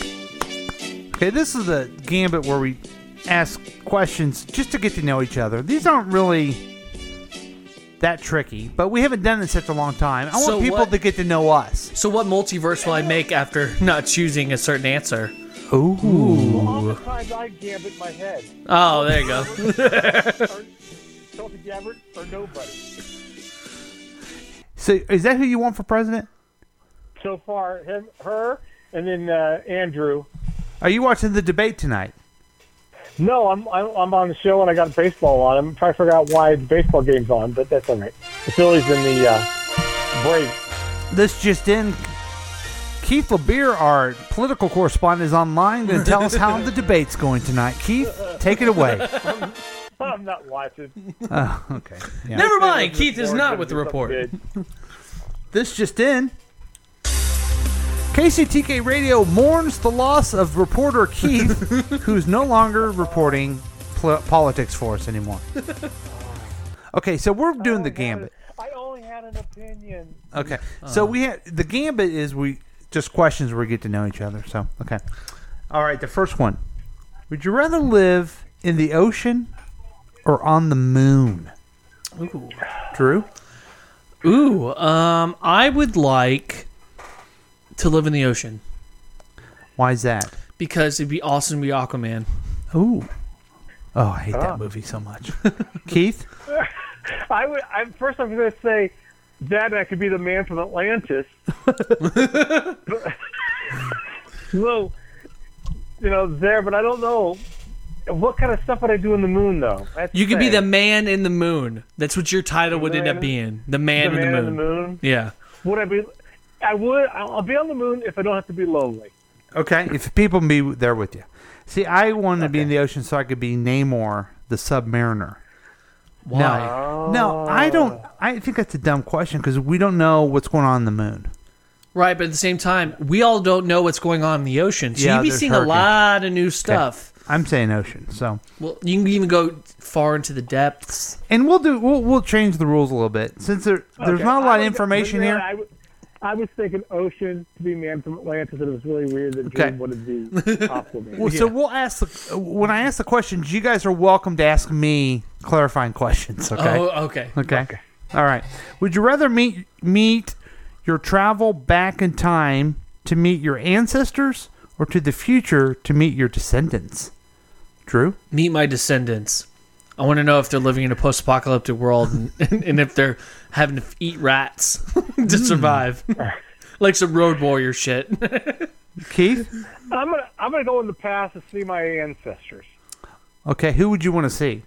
Speaker 1: Okay, this is the Gambit where we ask questions just to get to know each other. These aren't really that tricky, but we haven't done it in such a long time. I want
Speaker 2: So
Speaker 1: people
Speaker 2: what-
Speaker 1: to get to know us.
Speaker 2: So, what multiverse will I make after not choosing a certain answer?
Speaker 1: Ooh.
Speaker 14: Sometimes I gambit my head.
Speaker 2: Oh, there you go.
Speaker 14: Tulsi Gabbard or nobody.
Speaker 1: So, is that who you want for president?
Speaker 14: So far, him, her, and then uh, Andrew.
Speaker 1: Are you watching the debate tonight?
Speaker 14: No, I'm, I'm I'm on the show and I got baseball on. I'm trying to figure out why the baseball game's on, but that's all right. The Phillies in the uh, break.
Speaker 1: This just in. Keith LeBeer, our political correspondent, is online going to tell us how the debate's going tonight. Keith, take it away.
Speaker 14: I'm, I'm not watching.
Speaker 1: Oh, okay. Yeah.
Speaker 2: Never mind. Keith is not with the report.
Speaker 1: This just in. KCTK Radio mourns the loss of reporter Keith, who's no longer reporting pl- politics for us anymore. Okay, so we're doing the gambit.
Speaker 14: I only had an opinion.
Speaker 1: Okay,
Speaker 2: Uh.
Speaker 1: so we had the gambit is we just questions where we get to know each other. So okay, all right. The first one: Would you rather live in the ocean or on the moon?
Speaker 2: Ooh.
Speaker 1: Drew?
Speaker 2: Ooh, um, I would like to live in the ocean.
Speaker 1: Why is that?
Speaker 2: Because it'd be awesome to be Aquaman.
Speaker 1: Ooh. Oh, I hate
Speaker 2: Ah.
Speaker 14: Ah.
Speaker 1: that movie so much. Keith?
Speaker 14: I would. I, first, I'm going to say that I could be the man from Atlantis. so, you know, there, but I don't know what kind of stuff would I do in the moon though. That's
Speaker 2: You could be the
Speaker 14: thing.
Speaker 2: man in the moon. That's what your title would end
Speaker 14: man-
Speaker 2: up being. The man,
Speaker 14: the
Speaker 2: in, the
Speaker 14: man
Speaker 2: moon.
Speaker 14: in the moon.
Speaker 2: Yeah.
Speaker 14: Would I be? I would. I'll I'll be on the moon if I don't have to be lonely.
Speaker 1: Okay, if people can be there with you. See, I want to be in the ocean so I could be Namor the Submariner.
Speaker 2: Why?
Speaker 14: Oh.
Speaker 1: No, no I don't. I think that's a dumb question because we don't know what's going on in the moon.
Speaker 2: Right, but at the same time, we all don't know what's going on in the ocean. So
Speaker 1: Yeah,
Speaker 2: you'd be
Speaker 1: there's
Speaker 2: seeing a
Speaker 1: hurricanes.
Speaker 2: lot of new stuff
Speaker 1: I'm saying ocean. So
Speaker 2: Well, you can even go far into the depths.
Speaker 1: and we'll do we'll, we'll change the rules a little bit since there, there's
Speaker 14: Okay.
Speaker 1: not a lot
Speaker 14: I
Speaker 1: of
Speaker 14: was-
Speaker 1: information
Speaker 14: you know,
Speaker 1: here.
Speaker 14: I, w- I was thinking ocean to be man from Atlantis, and it was really weird that
Speaker 1: Okay.
Speaker 14: Jim wanted the compliment.
Speaker 1: Well, So we'll ask the, when I ask the questions. You guys are welcome to ask me clarifying questions. Okay.
Speaker 2: Oh, okay.
Speaker 1: Okay. All right. Would you rather meet meet your travel back in time to meet your ancestors, or to the future to meet your descendants? Drew,
Speaker 2: meet my descendants. I want to know if they're living in a post-apocalyptic world and, and, and if they're having to eat rats
Speaker 1: Hmm.
Speaker 2: to survive, like some road warrior shit.
Speaker 1: Keith.
Speaker 14: I'm gonna I'm gonna go in the past to see my ancestors.
Speaker 1: Okay. Who would you want to see?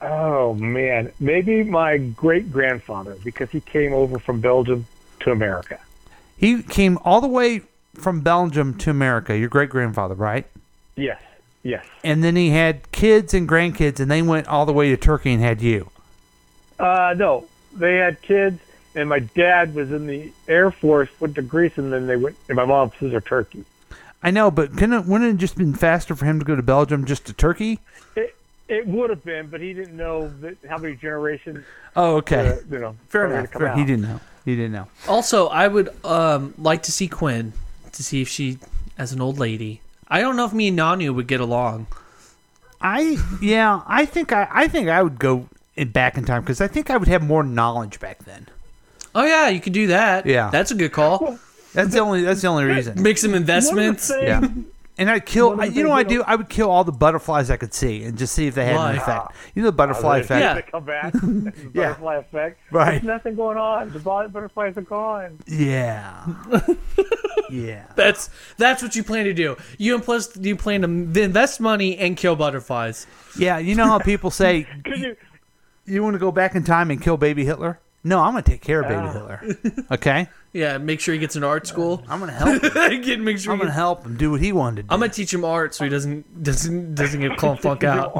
Speaker 14: Oh man, maybe my great grandfather because he came over from Belgium to America.
Speaker 1: He came all the way from Belgium to America. Your great grandfather, right?
Speaker 14: Yes, yes.
Speaker 1: And then he had kids and grandkids, and they went all the way to Turkey and had you.
Speaker 14: Uh, no, they had kids, and my dad was in the Air Force, went to Greece, and then they went. And my mom was to Turkey.
Speaker 1: I know, but couldn't it, wouldn't it just been faster for him to go to Belgium just to Turkey?
Speaker 14: It it would have been, but he didn't know that how many generations.
Speaker 1: Oh, okay.
Speaker 14: uh, you know,
Speaker 1: Fair
Speaker 14: were gonna
Speaker 1: enough.
Speaker 14: come
Speaker 1: Fair-
Speaker 14: out.
Speaker 1: He didn't know. He didn't know.
Speaker 2: Also, I would um, like to see Quinn to see if she, as an old lady, I don't know if me and Nanu would get along.
Speaker 1: I yeah. I think I I think I would go in back in time because I think I would have more knowledge back then.
Speaker 2: Oh yeah, you could do that.
Speaker 1: Yeah.
Speaker 2: that's a good call.
Speaker 1: That's the only. That's the only reason.
Speaker 2: Make some investments.
Speaker 1: Yeah. And I'd kill. I, you know, what I do. I would kill all the butterflies I could see and just see if they had
Speaker 2: Why?
Speaker 1: an effect. You know, the butterfly
Speaker 14: Oh,
Speaker 1: effect.
Speaker 14: they- they Come back. the butterfly effect.
Speaker 1: Right.
Speaker 14: There's nothing going on. The bu- butterflies are gone.
Speaker 1: Yeah. yeah.
Speaker 2: That's that's what you plan to do. You plus you plan to invest money and kill butterflies.
Speaker 1: Yeah, you know how people say
Speaker 14: you,
Speaker 1: want to go back in time and kill baby Hitler? No, I'm going to take care of baby
Speaker 2: Ah.
Speaker 1: Hitler. Okay?
Speaker 2: Yeah, make sure he gets an art school.
Speaker 1: I'm gonna help.
Speaker 2: Him. make sure
Speaker 1: I'm going to help him do what he wanted to do.
Speaker 2: I'm gonna teach him art so he doesn't doesn't doesn't get clump funk out.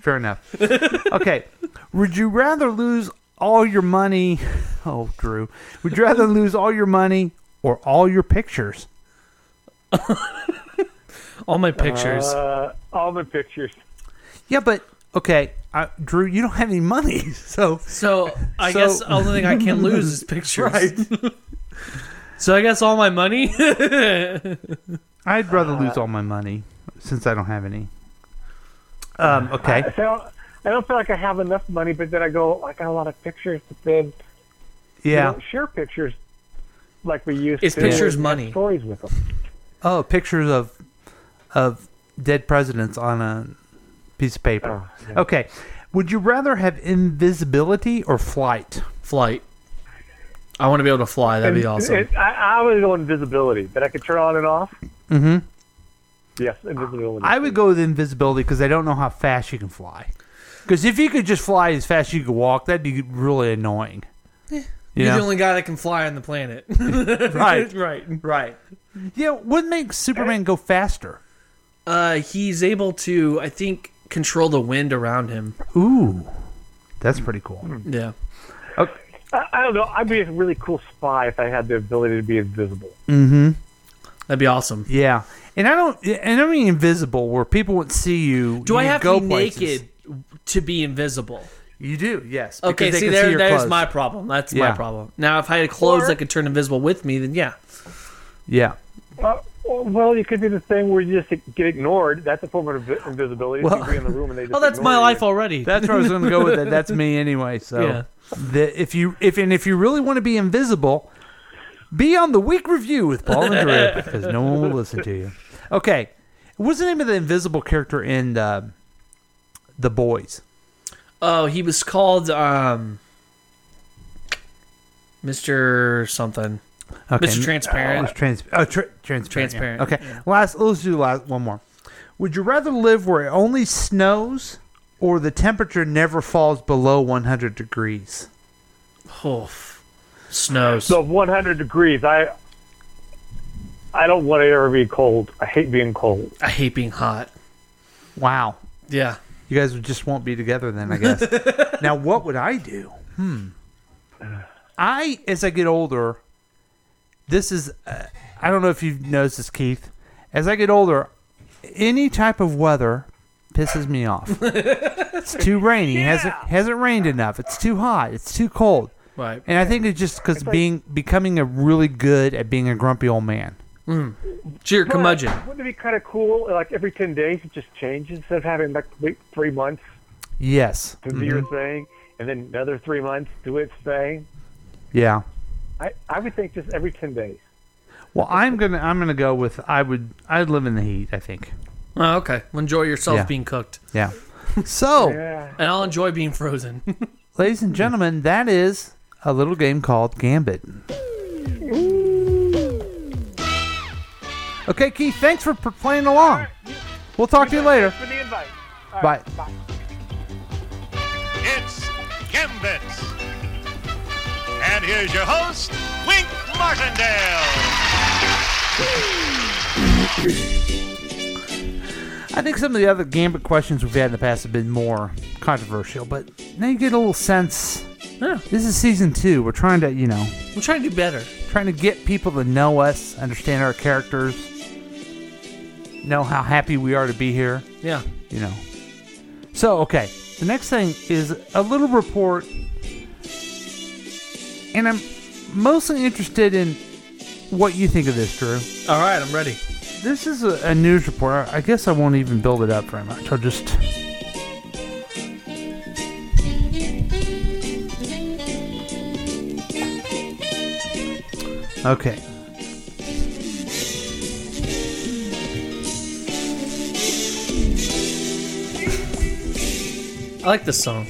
Speaker 1: Fair enough. Okay. Would you rather lose all your money? Oh, Drew. Would you rather lose all your money or all your pictures?
Speaker 2: all my
Speaker 14: Uh, all the pictures.
Speaker 1: yeah, but okay, I, Drew, you don't have any money, so
Speaker 2: so I guess the only thing I can lose is pictures. So I guess all my money.
Speaker 1: I'd rather lose all my money since I don't have any. Um, okay.
Speaker 14: Uh, I, feel, I don't feel like I have enough money, but then I go, I got a lot of pictures, but then
Speaker 1: Yeah.
Speaker 14: we don't share pictures like we used
Speaker 1: It's
Speaker 14: to.
Speaker 1: pictures
Speaker 14: We have
Speaker 1: money.
Speaker 14: Stories with them.
Speaker 1: Oh, pictures of of dead presidents on a piece of paper.
Speaker 14: Oh, yeah.
Speaker 1: Okay. Would you rather have invisibility or flight?
Speaker 2: Flight. I want to be able to fly. That'd be
Speaker 14: And
Speaker 2: awesome.
Speaker 14: it- I, I would go invisibility, that I could turn on and off.
Speaker 1: Mm-hmm.
Speaker 14: Yes, invisibility.
Speaker 1: I would go with invisibility because I don't know how fast you can fly. Because if you could just fly as fast as you could walk, that'd be really annoying.
Speaker 2: You're
Speaker 1: Yeah.
Speaker 2: the only guy that can fly on the planet.
Speaker 1: Right.
Speaker 2: Right.
Speaker 1: Right. Yeah. What makes Superman go faster?
Speaker 2: Uh, he's able to, I think, control the wind around him.
Speaker 1: Ooh, that's pretty cool.
Speaker 2: Yeah.
Speaker 14: I, I don't know. I'd be a really cool spy if I had the ability to be invisible.
Speaker 1: Mm-hmm.
Speaker 2: That'd be awesome.
Speaker 1: Yeah. And I don't. And I mean invisible, where people would see you.
Speaker 2: Do
Speaker 1: you
Speaker 2: I
Speaker 1: can
Speaker 2: have
Speaker 1: go
Speaker 2: to be
Speaker 1: places.
Speaker 2: naked to be invisible?
Speaker 1: You do, yes. because
Speaker 2: Okay,
Speaker 1: they
Speaker 2: see,
Speaker 1: can
Speaker 2: there,
Speaker 1: your
Speaker 2: there's
Speaker 1: clothes.
Speaker 2: my problem. That's
Speaker 1: Yeah.
Speaker 2: my problem. Now, if I had clothes
Speaker 14: Or-
Speaker 2: that could turn invisible with me, then yeah.
Speaker 1: Yeah.
Speaker 14: Uh, well, you could do the thing where you just get ignored. That's a form of invi- invisibility. If
Speaker 1: Well-
Speaker 14: you be in the room and they just
Speaker 2: Oh, that's
Speaker 14: ignore
Speaker 2: my
Speaker 14: you.
Speaker 2: life already.
Speaker 1: That's where I was going to go with it. That's me anyway. So,
Speaker 2: Yeah.
Speaker 1: the, if you if and if you really want to be invisible, be on the week review with Paul and Drew because no one will listen to you. Okay, what's the name of the invisible character in uh, the Boys?
Speaker 2: Oh, he was called um, Mr. something. Mr. Transparent.
Speaker 1: Uh, trans- oh, tra- transparent.
Speaker 2: Transparent,
Speaker 1: yeah. Okay. Last. Let's do last one more. Would you rather live where it only snows, or the temperature never falls below 100 degrees?
Speaker 2: Oh, snows.
Speaker 14: So 100 degrees. I I don't want to ever be cold. I hate being cold.
Speaker 2: I hate being hot.
Speaker 1: Wow.
Speaker 2: Yeah.
Speaker 1: You guys would just won't be together then, I guess. now, what would I do? Hmm. I, as I get older, this is, uh, I don't know if you've noticed this, Keith. As I get older, any type of weather pisses me off. it's too rainy. hasn't hasn't rained enough. It's too hot. It's too cold.
Speaker 2: Right.
Speaker 1: And I think it's just because being becoming a really good at being a grumpy old man.
Speaker 2: Mm. Cheer,
Speaker 14: But Wouldn't it be kind of cool? Like every ten days, it just changes instead of having like wait three months
Speaker 1: Yes. Mm-hmm.
Speaker 14: to do your
Speaker 2: Mm-hmm.
Speaker 14: thing, and then another three months to do its thing.
Speaker 1: Yeah.
Speaker 14: I I would think just every ten days.
Speaker 1: Well, I'm gonna I'm gonna go with I would I'd live in the heat. I think.
Speaker 2: Oh, okay. Well, enjoy yourself
Speaker 1: Yeah.
Speaker 2: being cooked.
Speaker 1: Yeah. So,
Speaker 2: And I'll enjoy being frozen.
Speaker 1: ladies and gentlemen, that is a little game called Gambit. Okay, Keith. Thanks for p- playing along. We'll talk to you later.
Speaker 14: Thanks for the invite. All
Speaker 1: Bye.
Speaker 14: right, bye.
Speaker 15: It's Gambit. And here's your host, Wink Martindale.
Speaker 1: I think some of the other Gambit questions we've had in the past have been more controversial, but now you get a little sense. This is season two. We're trying to, you know,
Speaker 2: I'm trying to do better.
Speaker 1: trying to get people to know us, understand our characters, know how happy we are to be here.
Speaker 2: Yeah.
Speaker 1: You know. So, okay. The next thing is a little report. And I'm mostly interested in what you think of this, Drew.
Speaker 2: All right, I'm ready.
Speaker 1: This is a, a news report. I guess I won't even build it up very much. I'll just. Okay.
Speaker 2: I like this song.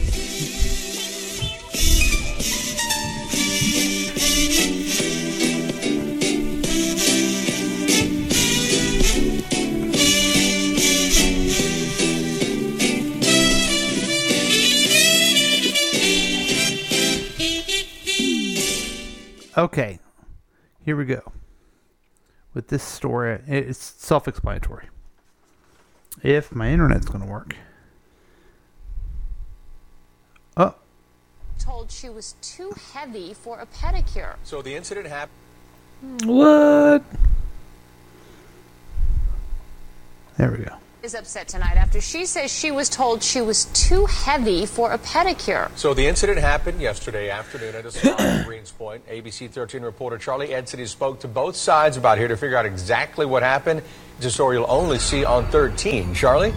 Speaker 1: Okay, here we go. With this story, it's self explanatory. If my internet's going to work. Oh,
Speaker 16: Told she was too heavy for a pedicure.
Speaker 17: So the incident happened.
Speaker 1: What? there we go.
Speaker 16: Is upset tonight after she says she was told she was too heavy for a pedicure.
Speaker 17: So the incident happened yesterday afternoon at a salon in Greens Point. ABC 13 reporter Charlie Edsity spoke to both sides about here to figure out exactly what happened. It's a story you'll only see on 13. Charlie?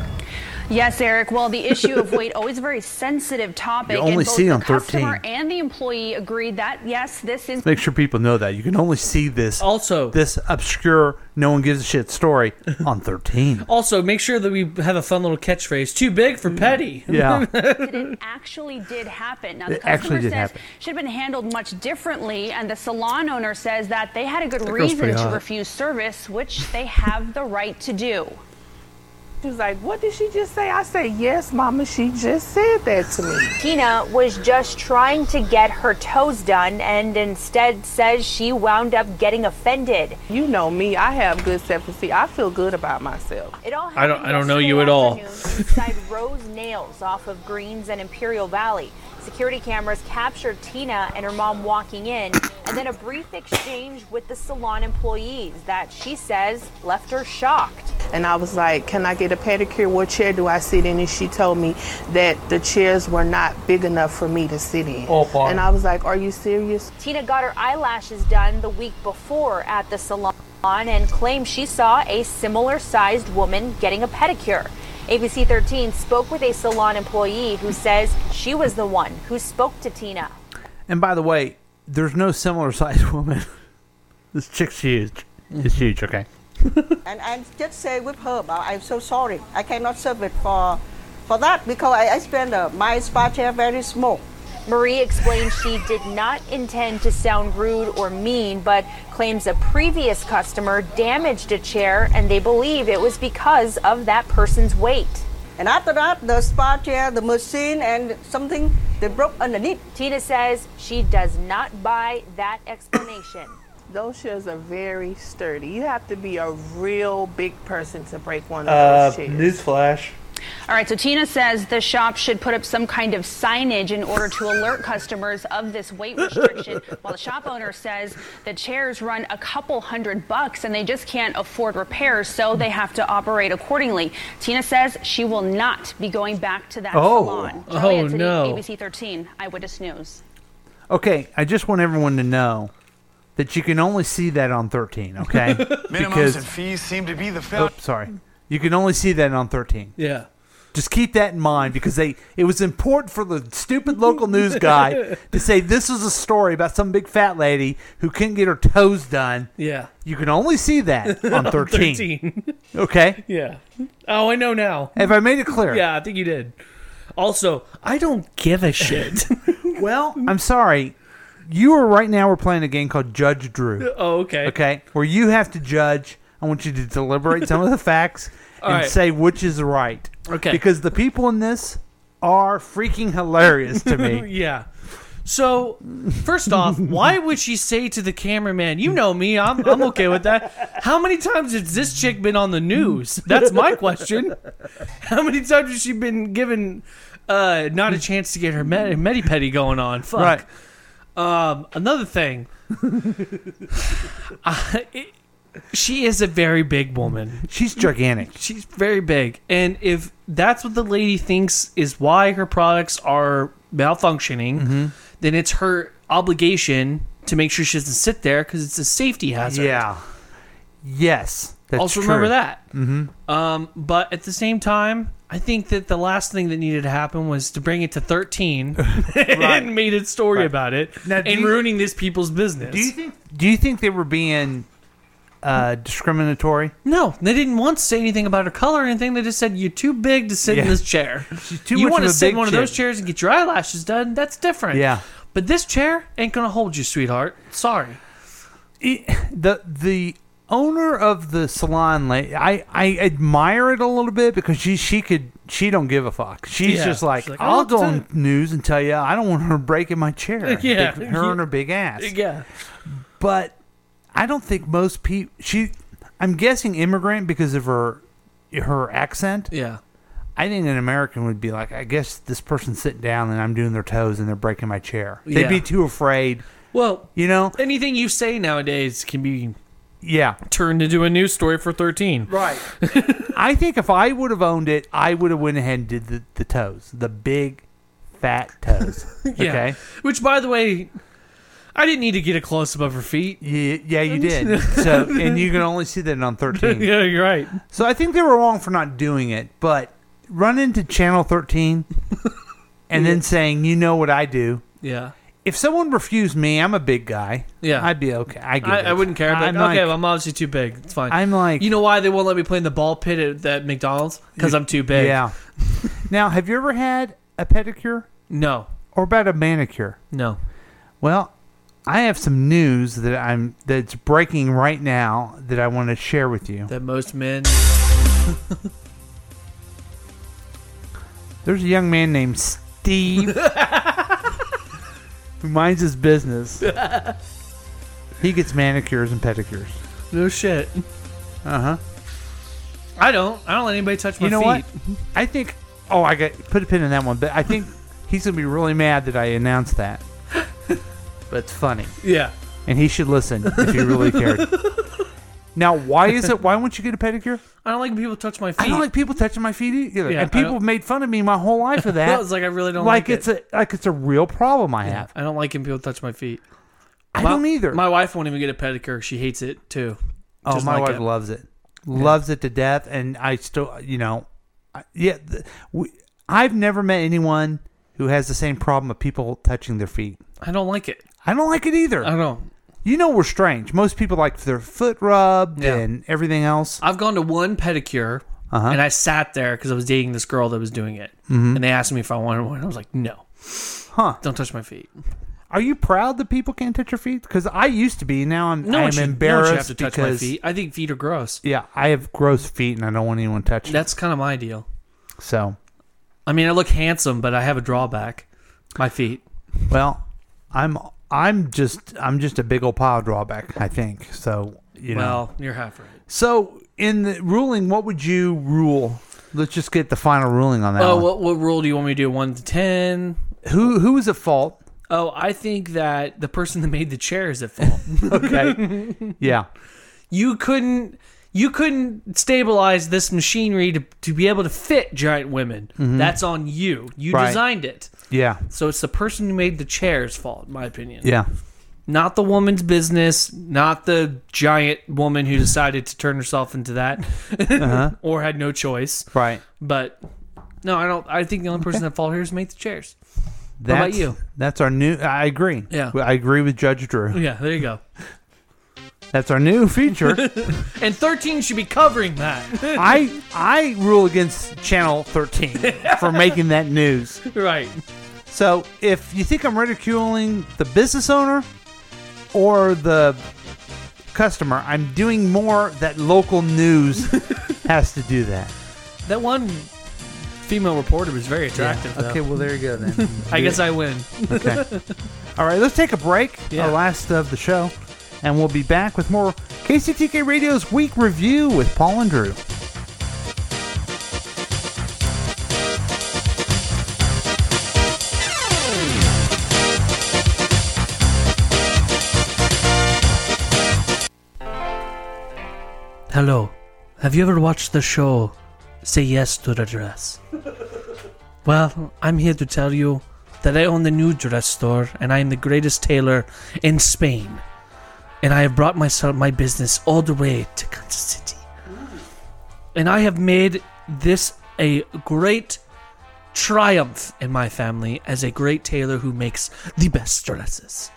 Speaker 18: Yes, Eric. Well, the issue of weight always a very sensitive topic.
Speaker 1: You only
Speaker 18: and both
Speaker 1: see
Speaker 18: the
Speaker 1: on 13.
Speaker 18: customer and the employee agreed that yes, this is
Speaker 1: Make sure people know that. You can only see this.
Speaker 2: Also,
Speaker 1: this obscure, no one gives a shit story on 13.
Speaker 2: Also, make sure that we have a fun little catchphrase. Too big for petty.
Speaker 1: Mm. Yeah.
Speaker 18: incident actually did happen. Now, the
Speaker 2: It
Speaker 18: customer
Speaker 2: actually did
Speaker 18: says
Speaker 2: happen.
Speaker 18: should have been handled much differently, and the salon owner says that they had a good
Speaker 2: That girl's
Speaker 18: reason
Speaker 2: pretty
Speaker 18: to
Speaker 2: hot.
Speaker 18: refuse service, which they have the right to do.
Speaker 19: She was like, What did she just say? I said, Yes, Mama, she just said that to me.
Speaker 20: Tina was just trying to get her toes done and instead says she wound up getting offended.
Speaker 19: You know me, I have good self esteem. I feel good about myself.
Speaker 20: It all
Speaker 2: I don't. I don't know you at all.
Speaker 20: inside Rose Nails off of Greens and Imperial Valley. Security cameras captured Tina and her mom walking in, and then a brief exchange with the salon employees that she says left her shocked.
Speaker 19: And I was like, Can I get a pedicure? What chair do I sit in? And she told me that the chairs were not big enough for me to sit in.
Speaker 20: Oh, boy.
Speaker 19: and I was like, Are you serious?
Speaker 20: Tina got her eyelashes done the week before at the salon and claimed she saw a similar sized woman getting a pedicure. ABC 13 spoke with a salon employee who says she was the one who spoke to Tina.
Speaker 1: And by the way, there's no similar sized woman. this chick's huge. It's huge, okay?
Speaker 21: and I just say with her, but I'm so sorry. I cannot serve it for, for that because I, I spend uh, my spa chair very small.
Speaker 20: Marie explained she did not intend to sound rude or mean, but claims a previous customer damaged a chair and they believe it was because of that person's weight.
Speaker 21: And after that, the spa chair, the machine, and something they broke underneath.
Speaker 20: Tina says she does not buy that explanation.
Speaker 19: Those chairs are very sturdy. You have to be a real big person to break one of
Speaker 22: Uh,
Speaker 19: those chairs.
Speaker 22: newsflash.
Speaker 18: All right, so Tina says the shop should put up some kind of signage in order to alert customers of this weight restriction, while the shop owner says the chairs run a couple hundred bucks and they just can't afford repairs, so they have to operate accordingly. Tina says she will not be going back to that
Speaker 1: Oh.
Speaker 18: salon.
Speaker 1: Oh,
Speaker 18: Charlie Anthony,
Speaker 1: no.
Speaker 18: ABC 13, Eyewitness News.
Speaker 1: Okay, I just want everyone to know that you can only see that on 13, okay? because,
Speaker 3: fees seem to be the
Speaker 1: oh, sorry. You can only see that on 13.
Speaker 2: Yeah.
Speaker 1: Just keep that in mind because they it was important for the stupid local news guy to say this is a story about some big fat lady who couldn't get her toes done.
Speaker 2: Yeah.
Speaker 1: You can only see that on 13.
Speaker 2: 13.
Speaker 1: Okay?
Speaker 2: yeah. Oh, I know now.
Speaker 1: Have I made it clear?
Speaker 2: Yeah, I think you did. Also, I don't give a shit.
Speaker 1: well, I'm sorry. You are right now we're playing a game called Judge Drew.
Speaker 2: Oh, okay.
Speaker 1: Okay? Where you have to judge. I want you to deliberate some of the facts
Speaker 2: All
Speaker 1: and
Speaker 2: right.
Speaker 1: say which is right.
Speaker 2: Okay.
Speaker 1: Because the people in this are freaking hilarious to me.
Speaker 2: yeah. So, first off, why would she say to the cameraman, "You know me, I'm I'm okay with that." How many times has this chick been on the news? That's my question. How many times has she been given uh, not a
Speaker 1: Hmm.
Speaker 2: chance to get her med- medipedi going on? Fuck. Um, another thing. I- it- she is a very big woman.
Speaker 1: She's gigantic.
Speaker 2: She's very big. And if that's what the lady thinks is why her products are malfunctioning,
Speaker 1: Mm-hmm.
Speaker 2: then it's her obligation to make sure she doesn't sit there because it's a safety hazard.
Speaker 1: Yeah. Yes. That's
Speaker 2: also,
Speaker 1: true.
Speaker 2: remember that.
Speaker 1: Mm-hmm.
Speaker 2: Um, but at the same time, I think that the last thing that needed to happen was to bring it to 13 and made a story about it and ruining this people's business.
Speaker 1: Do you think Do you think they were being uh, discriminatory?
Speaker 2: No, they didn't once say anything about her color or anything. They just said you're too big to sit in
Speaker 1: Yeah.
Speaker 2: this chair.
Speaker 1: too
Speaker 2: you
Speaker 1: much
Speaker 2: want
Speaker 1: of a
Speaker 2: to sit in
Speaker 1: big
Speaker 2: one of those
Speaker 1: chick."
Speaker 2: chairs and get your eyelashes done? That's different.
Speaker 1: Yeah.
Speaker 2: But this chair ain't gonna hold you, sweetheart. Sorry.
Speaker 1: It, the the owner of the salon, la- I I admire it a little bit because she she could she don't give a fuck. She's
Speaker 2: Yeah.
Speaker 1: just like,
Speaker 2: She's like, "Oh,
Speaker 1: I'll
Speaker 2: "I'll
Speaker 1: go
Speaker 2: do
Speaker 1: on news and tell you I don't want her breaking my chair.
Speaker 2: Yeah.
Speaker 1: Big- her and her big ass.
Speaker 2: Yeah.
Speaker 1: But I don't think most people. She, I'm guessing immigrant because of her her accent.
Speaker 2: Yeah.
Speaker 1: I think an American would be like, I guess this person's sitting down and I'm doing their toes and they're breaking my chair. They'd
Speaker 2: Yeah.
Speaker 1: be too afraid.
Speaker 2: Well,
Speaker 1: you know,
Speaker 2: anything you say nowadays can be
Speaker 1: yeah
Speaker 2: turned into a news story for 13.
Speaker 1: Right. I think if I would have owned it, I would have went ahead and did the, the toes, the big, fat toes.
Speaker 2: Yeah.
Speaker 1: Okay.
Speaker 2: Which, by the way, I didn't need to get a close up of her feet.
Speaker 1: Yeah, yeah, you did. So, and you can only see that on thirteen.
Speaker 2: Yeah, you're right.
Speaker 1: So I think they were wrong for not doing it, but run into channel thirteen, and then saying, "You know what I do."
Speaker 2: Yeah.
Speaker 1: If someone refused me, I'm a big guy.
Speaker 2: Yeah.
Speaker 1: I'd be okay. I, get
Speaker 2: I,
Speaker 1: it.
Speaker 2: I wouldn't care. But
Speaker 1: I'm
Speaker 2: okay,
Speaker 1: like,
Speaker 2: well, I'm obviously too big. It's fine.
Speaker 1: I'm like-
Speaker 2: you know why they won't let me play in the ball pit at that McDonald's? Because I'm too big.
Speaker 1: Yeah. now, have you ever had a pedicure?
Speaker 2: No.
Speaker 1: Or about a manicure?
Speaker 2: No.
Speaker 1: Well, I have some news that I'm that's breaking right now that I want to share with you.
Speaker 2: That most men.
Speaker 1: There's a young man named Steve who minds his business.
Speaker 2: Oh,
Speaker 1: He gets manicures and pedicures.
Speaker 2: no shit.
Speaker 1: Uh huh.
Speaker 2: I don't. I don't let anybody touch my
Speaker 1: you know
Speaker 2: feet.
Speaker 1: what? I think. Oh, I got put a pin in that one, but I think he's gonna be really mad that I announced that. But it's funny.
Speaker 2: Yeah.
Speaker 1: And he should listen if he really cared. now, why is it? Why won't you get a pedicure?
Speaker 2: I don't like when people touch my feet.
Speaker 1: I don't like people touching my feet either. and
Speaker 2: Yeah, I
Speaker 1: people
Speaker 2: don't-
Speaker 1: have made fun of me my whole life for that.
Speaker 2: I was like, I really don't like
Speaker 1: it's a like it's a real problem I
Speaker 2: Yeah,
Speaker 1: have.
Speaker 2: I don't like when people touch my feet.
Speaker 1: I
Speaker 2: My-
Speaker 1: don't either.
Speaker 2: My wife won't even get a pedicure. She hates it too.
Speaker 1: Oh,
Speaker 2: Just
Speaker 1: my
Speaker 2: like
Speaker 1: wife loves it, loves it to death, and I still, you know, I, yeah, th- we, I've never met anyone who has the same problem of people touching their feet.
Speaker 2: I don't like it.
Speaker 1: I don't like it either. I
Speaker 2: know.
Speaker 1: You know, we're strange. Most people like their foot rubbed
Speaker 2: Yeah.
Speaker 1: and everything else.
Speaker 2: I've gone to one pedicure
Speaker 1: Uh-huh.
Speaker 2: and I sat there because I was dating this girl that was doing it,
Speaker 1: Mhm.
Speaker 2: and they asked me if I wanted one. I was like, no.
Speaker 1: Huh?
Speaker 2: Don't touch my feet.
Speaker 1: Are you proud that people can't touch your feet? Because I used to be. Now I'm.
Speaker 2: No,
Speaker 1: I
Speaker 2: one
Speaker 1: am
Speaker 2: should,
Speaker 1: embarrassed
Speaker 2: no one should have to touch my
Speaker 1: because
Speaker 2: feet. I think feet are gross.
Speaker 1: yeah, I have gross feet and I don't want anyone touching.
Speaker 2: That's kind of my deal.
Speaker 1: So,
Speaker 2: I mean, I look handsome, but I have a drawback. My feet.
Speaker 1: well, I'm I'm just I'm just a big old pile drawback. I think so. You know.
Speaker 2: well, you're half right.
Speaker 1: So in the ruling, what would you rule Let's just get the final ruling on that.
Speaker 2: Oh,
Speaker 1: one.
Speaker 2: what, what rule do you want me to do? One to ten?
Speaker 1: Who who is at fault?
Speaker 2: Oh, I think that the person that made the chair is at fault.
Speaker 1: okay. Yeah.
Speaker 2: You couldn't you couldn't stabilize this machinery to, to be able to fit giant women.
Speaker 1: Mhm.
Speaker 2: That's on you. You
Speaker 1: Right.
Speaker 2: designed it.
Speaker 1: Yeah.
Speaker 2: So it's the person who made the chair's fault, in my opinion.
Speaker 1: Yeah.
Speaker 2: Not the woman's business, not the giant woman who decided to turn herself into that
Speaker 1: Uh-huh.
Speaker 2: or had no choice.
Speaker 1: Right.
Speaker 2: But no, I don't I think the only person at fault here is made the chairs.
Speaker 1: That's,
Speaker 2: How about you?
Speaker 1: That's our new. I agree.
Speaker 2: Yeah.
Speaker 1: I agree with Judge Drew.
Speaker 2: Yeah, there you go.
Speaker 1: That's our new feature.
Speaker 2: and 13 should be covering that.
Speaker 1: I I rule against Channel 13 for making that news.
Speaker 2: Right.
Speaker 1: So if you think I'm ridiculing the business owner or the customer, I'm doing more that local news has to do that.
Speaker 2: That one female reporter was very attractive.
Speaker 1: Yeah. Okay,
Speaker 2: though.
Speaker 1: well, there you go then.
Speaker 2: I guess I win.
Speaker 1: Okay. All right, let's take a break, our last of the show, and we'll be back with more KCTK Radio's Week Review with Paul and Drew.
Speaker 3: Hello. Have you ever watched the show Say Yes to the Dress? Well, I'm here to tell you that I own the new dress store and I am the greatest tailor in Spain. And I have brought myself my business all the way to Kansas City. And I have made this a great triumph in my family as a great tailor who makes the best dresses.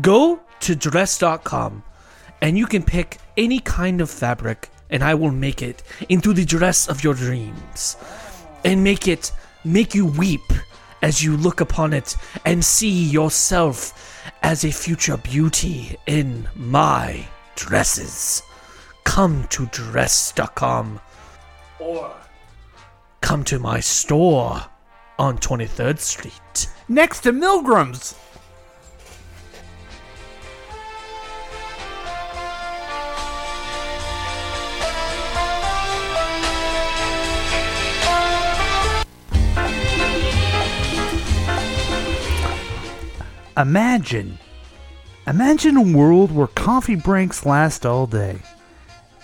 Speaker 3: Go to dress.com and you can pick any kind of fabric and I will make it into the dress of your dreams and make it make you weep as you look upon it and see yourself as a future beauty in my dresses. Come to dress.com or come to my store on 23rd Street.
Speaker 1: Next to Milgram's. Imagine. Imagine a world where coffee breaks last all day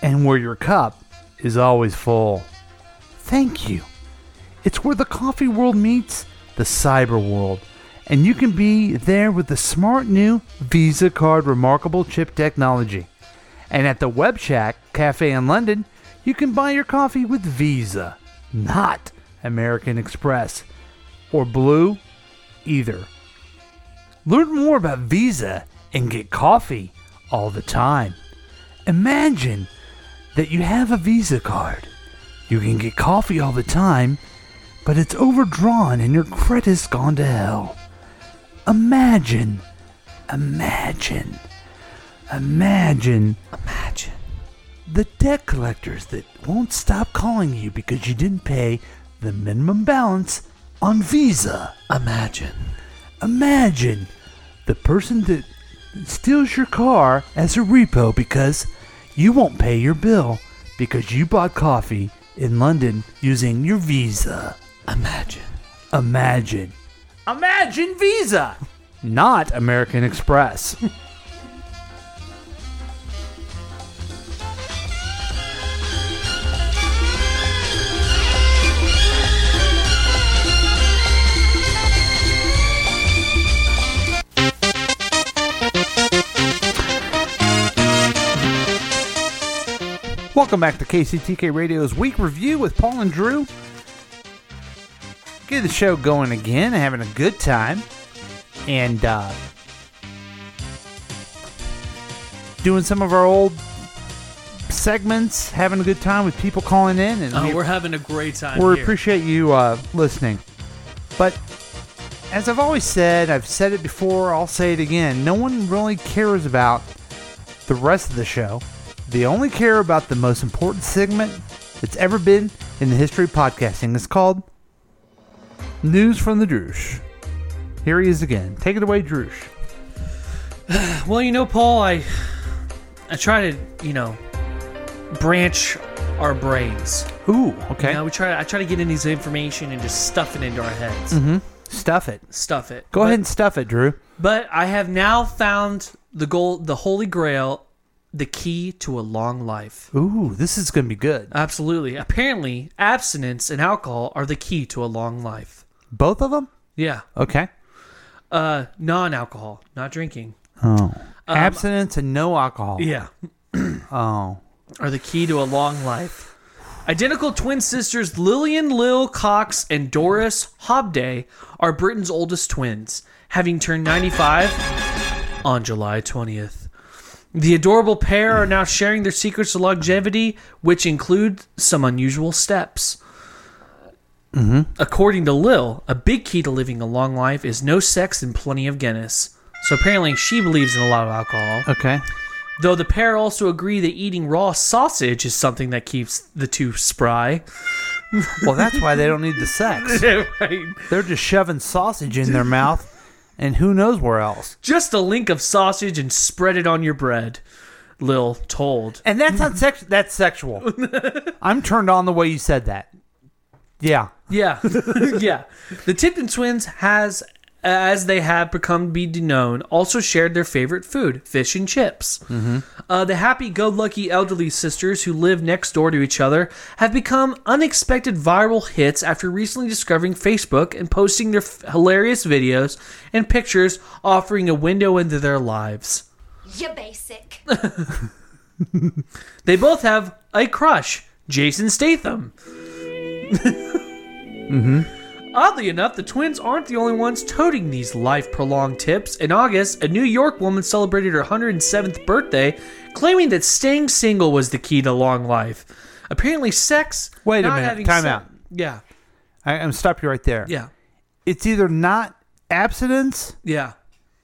Speaker 1: and where your cup is always full. Thank you. It's where the coffee world meets the cyber world, and you can be there with the smart new Visa card remarkable chip technology. And at the Web Shack Cafe in London, you can buy your coffee with Visa, not American Express or Blue either. Learn more about Visa and get coffee all the time. Imagine that you have a Visa card. You can get coffee all the time, but it's overdrawn and your credit's gone to hell. Imagine, imagine, imagine, imagine the debt collectors that won't stop calling you because you didn't pay the minimum balance on Visa.
Speaker 3: Imagine.
Speaker 1: Imagine the person that steals your car as a repo because you won't pay your bill because you bought coffee in London using your Visa.
Speaker 3: Imagine.
Speaker 1: Imagine. Imagine Visa! Not American Express. Mm-hmm. Welcome back to KCTK Radio's Week Review with Paul and Drew. Get the show going again, having a good time, and uh, doing some of our old segments, having a good time with people calling in. And
Speaker 2: Oh,
Speaker 1: we-
Speaker 2: we're having a great time.
Speaker 1: we
Speaker 2: here.
Speaker 1: appreciate you uh, listening. But as I've always said, I've said it before, I'll say it again. No one really cares about the rest of the show. They only care about the most important segment that's ever been in the history of podcasting. It's called News from the Droosh. Here he is again. Take it away, Droosh.
Speaker 2: Well, you know, Paul, I I try to you know branch our brains.
Speaker 1: Ooh, okay.
Speaker 2: You know, we try. I try to get in these information and just stuff it into our heads.
Speaker 1: Mm-hmm. Stuff it.
Speaker 2: Stuff it.
Speaker 1: Go ahead and stuff it, Drew.
Speaker 2: But I have now found the goal, the holy grail, the key to a long life.
Speaker 1: Ooh, this is going to be good.
Speaker 2: Absolutely. Apparently, abstinence and alcohol are the key to a long life.
Speaker 1: Both of them?
Speaker 2: Yeah.
Speaker 1: Okay.
Speaker 2: Uh, non-alcohol, not drinking.
Speaker 1: Oh. Abstinence and no alcohol.
Speaker 2: Um, Yeah.
Speaker 1: oh.
Speaker 2: Are the key to a long life. Identical twin sisters Lillian Lil Cox and Doris Hobday are Britain's oldest twins, having turned 95 on July 20th. The adorable pair are now sharing their secrets to longevity, which include some unusual steps.
Speaker 1: Mm-hmm.
Speaker 2: According to Lil, a big key to living a long life is no sex and plenty of Guinness. So apparently, she believes in a lot of alcohol.
Speaker 1: Okay.
Speaker 2: Though the pair also agree that eating raw sausage is something that keeps the two spry.
Speaker 1: Well, that's why they don't need the sex. They're just shoving sausage in their mouth and who knows where else.
Speaker 2: Just a link of sausage and spread it on your bread, Lil told.
Speaker 1: And that's not sex that's sexual. I'm turned on the way you said that. Yeah.
Speaker 2: Yeah, yeah. The Tipton twins has, as they have become be known, also shared their favorite food, fish and chips.
Speaker 1: Mm-hmm.
Speaker 2: Uh, the happy-go-lucky elderly sisters who live next door to each other have become unexpected viral hits after recently discovering Facebook and posting their f- hilarious videos and pictures, offering a window into their lives.
Speaker 5: You're basic.
Speaker 1: Mm-hmm.
Speaker 2: They both have a crush, Jason Statham.
Speaker 1: Mm-hmm.
Speaker 2: Oddly enough, the twins aren't the only ones toting these life prolonged tips. In August, a New York woman celebrated her 107th birthday, claiming that staying single was the key to long life. Apparently, sex.
Speaker 1: Wait a
Speaker 2: not
Speaker 1: minute,
Speaker 2: having
Speaker 1: time
Speaker 2: se-
Speaker 1: out.
Speaker 2: Yeah,
Speaker 1: I, I'm gonna stop you right there.
Speaker 2: Yeah.
Speaker 1: It's either not abstinence,
Speaker 2: yeah.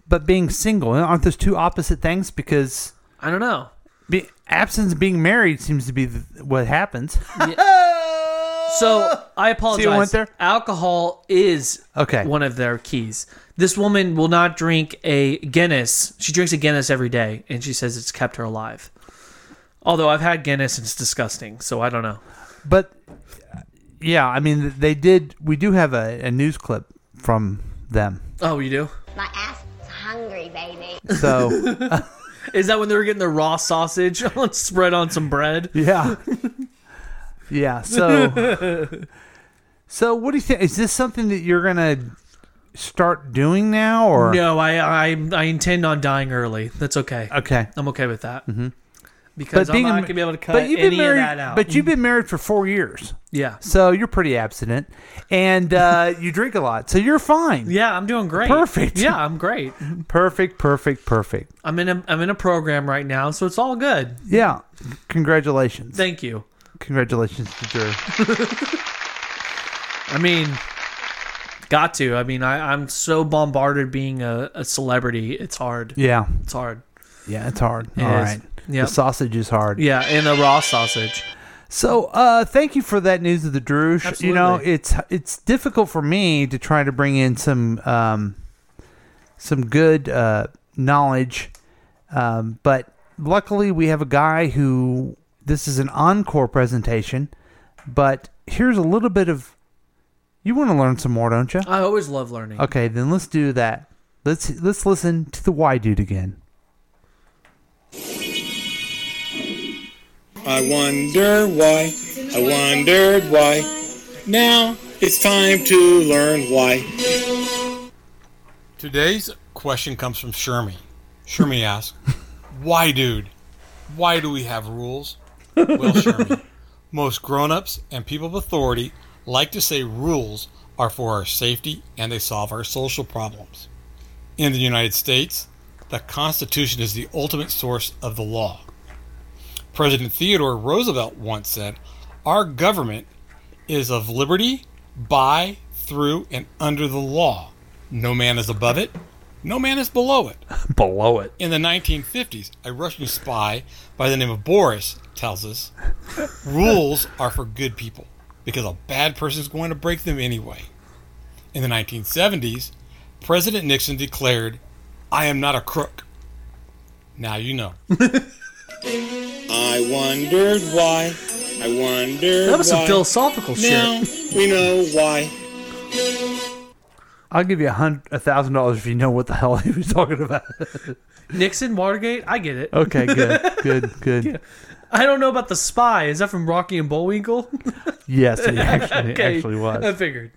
Speaker 1: but being single. Aren't those two opposite things? Because
Speaker 2: I don't know.
Speaker 1: Be, abstinence being married seems to be th- what happens.
Speaker 2: So I apologize.
Speaker 1: See what went there?
Speaker 2: Alcohol is
Speaker 1: Okay.
Speaker 2: one of their keys. This woman will not drink a Guinness. She drinks a Guinness every day, and she says it's kept her alive. Although I've had Guinness and it's disgusting, so I don't know.
Speaker 1: But yeah, I mean, they did. We do have a, a news clip from them.
Speaker 2: Oh, you do?
Speaker 5: My ass is hungry, baby.
Speaker 1: So
Speaker 2: Is that when they were getting the raw sausage on- spread on some bread?
Speaker 1: yeah, yeah. So so what do you think? Is this something that you're gonna start doing now, or
Speaker 2: no, I, I I intend on dying early. That's okay.
Speaker 1: Okay,
Speaker 2: I'm okay with that
Speaker 1: mm-hmm.
Speaker 2: because I'm not gonna be able to cut any
Speaker 1: married,
Speaker 2: of that out.
Speaker 1: But you've been married for four years.
Speaker 2: yeah,
Speaker 1: So you're pretty abstinent, and uh, you drink a lot, so you're fine.
Speaker 2: yeah, I'm doing great.
Speaker 1: Perfect.
Speaker 2: Yeah, I'm great.
Speaker 1: Perfect, perfect, perfect.
Speaker 2: I'm in a I'm in a program right now, so it's all good.
Speaker 1: Yeah, congratulations,
Speaker 2: Thank you.
Speaker 1: congratulations to Drew.
Speaker 2: I mean, got to. I mean, I, I'm so bombarded being a, a celebrity. It's hard.
Speaker 1: Yeah,
Speaker 2: It's hard.
Speaker 1: yeah, it's hard.
Speaker 2: It
Speaker 1: All right,
Speaker 2: is. Yep.
Speaker 1: the sausage is hard.
Speaker 2: Yeah, and a raw sausage.
Speaker 1: So, uh, thank you for that news of the Druge. You know,
Speaker 2: Absolutely.
Speaker 1: it's it's difficult for me to try to bring in some um, some good uh, knowledge, um, but luckily we have a guy who this is an encore presentation. But here's a little bit of you want to learn some more, don't you?
Speaker 2: I always love learning.
Speaker 1: Okay, then let's do that. Let's let's listen to the why dude again.
Speaker 7: I wonder why, I wondered why. Now it's time to learn why.
Speaker 12: Today's question comes from Shermie. Shermie asks, Why, dude? Why do we have rules? Well, Shermie, most grown ups and people of authority like to say rules are for our safety and they solve our social problems. In the United States, the Constitution is the ultimate source of the law. President Theodore Roosevelt once said, Our government is of liberty, by, through, and under the law. No man is above it, no man is below it.
Speaker 1: Below it.
Speaker 12: In the 1950s, a Russian spy by the name of Boris tells us rules are for good people because a bad person is going to break them anyway. In the 1970s, President Nixon declared, I am not a crook. Now you know.
Speaker 7: I I wondered why. I wondered
Speaker 2: That was some
Speaker 7: why.
Speaker 2: philosophical shit.
Speaker 7: now we know why.
Speaker 1: I'll give you a hundred, a thousand dollars if you know what the hell he was talking about.
Speaker 2: Nixon, Watergate, I get it.
Speaker 1: Okay, good, good, good.
Speaker 2: Yeah. I don't know about the spy. Is that from Rocky and Bullwinkle?
Speaker 1: Yes, it actually, it
Speaker 2: Okay,
Speaker 1: actually was.
Speaker 2: I figured.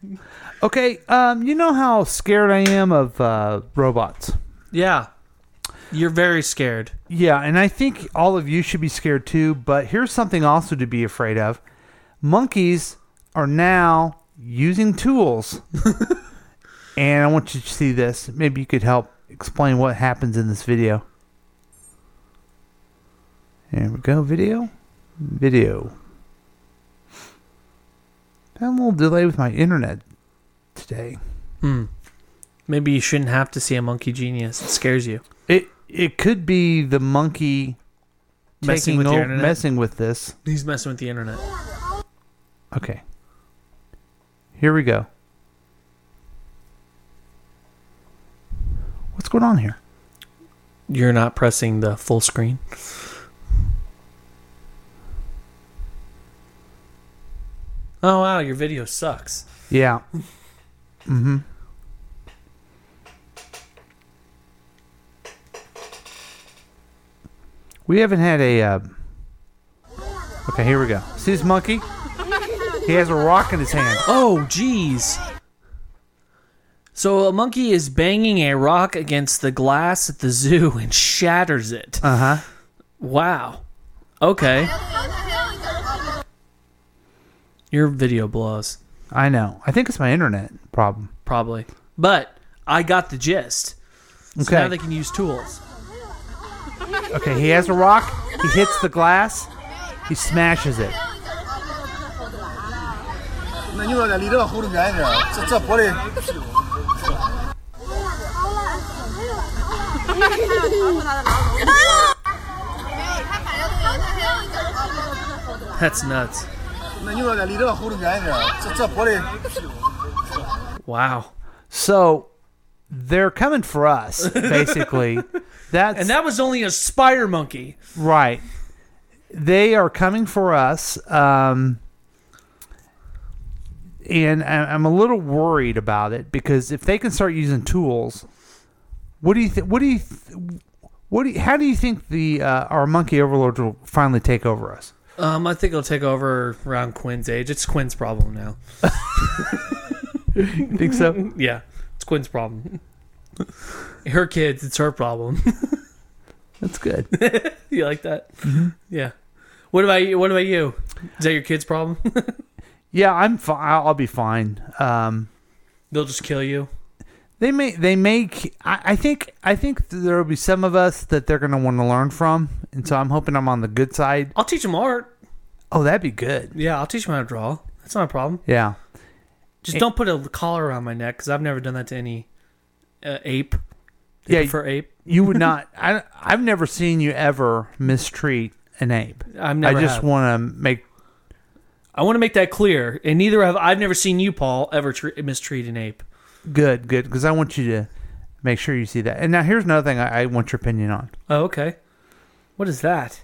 Speaker 1: Okay, um, you know how scared I am of uh, robots.
Speaker 2: Yeah. You're very scared.
Speaker 1: Yeah, and I think all of you should be scared too. But here's something also to be afraid of: monkeys are now using tools. and I want you to see this. Maybe you could help explain what happens in this video. There we go. Video, video. Had a little delay with my internet today.
Speaker 2: Hmm. Maybe you shouldn't have to see a monkey genius. It scares you.
Speaker 1: It it could be the monkey
Speaker 2: Messing
Speaker 1: taking
Speaker 2: with your
Speaker 1: o-
Speaker 2: internet?
Speaker 1: messing with this.
Speaker 2: He's messing with the internet.
Speaker 1: Okay. Here we go. What's going on here?
Speaker 2: You're not pressing the full screen. Oh wow, your video sucks.
Speaker 1: Yeah. mm-hmm. We haven't had a. Uh... Okay, here we go. See this monkey? He has a rock in his hand.
Speaker 2: Oh jeez. So a monkey is banging a rock against the glass at the zoo and shatters it.
Speaker 1: Uh huh.
Speaker 2: Wow. Okay. Your video blows.
Speaker 1: I know. I think it's my internet problem.
Speaker 2: Probably. But I got the gist. So
Speaker 1: Okay.
Speaker 2: now they can use tools.
Speaker 1: Okay, he has a rock. He hits the glass. He smashes it.
Speaker 2: That's nuts. Wow.
Speaker 1: So they're coming for us, basically. That's
Speaker 2: And that was only a spider monkey.
Speaker 1: right. They are coming for us. Um, and I- I'm a little worried about it because if they can start using tools, what do you think? What do you? Th- what do you, how do you think the uh, our monkey overlords will finally take over us?
Speaker 2: Um, I think it'll take over around Quinn's age. It's Quinn's problem now.
Speaker 1: you think so?
Speaker 2: Yeah. It's Quinn's problem. Her kids, it's her problem.
Speaker 1: That's good. Mm-hmm.
Speaker 2: you like that? Yeah. What about you? What about you? Is that your kid's problem?
Speaker 1: Yeah, I'm fine. I'll I'll be fine. Um,
Speaker 2: They'll just kill you.
Speaker 1: They may. They make. I, I think. I think there will be some of us that they're going to want to learn from, and so I'm hoping I'm on the good side.
Speaker 2: I'll teach them art.
Speaker 1: Oh, that'd be good.
Speaker 2: Yeah, I'll teach them how to draw. That's not a problem.
Speaker 1: Yeah.
Speaker 2: Just don't put a collar around my neck because I've never done that to any uh, ape. They
Speaker 1: Yeah,
Speaker 2: prefer ape.
Speaker 1: You would not. I. I've never seen you ever mistreat an ape.
Speaker 2: I've never
Speaker 1: I just
Speaker 2: have.
Speaker 1: want to make.
Speaker 2: I want to make that clear. And neither have I've never seen you, Paul, ever tre- mistreat an ape.
Speaker 1: Good. Good. Because I want you to make sure you see that. And now here's another thing I, I want your opinion on.
Speaker 2: Oh, okay. What is that?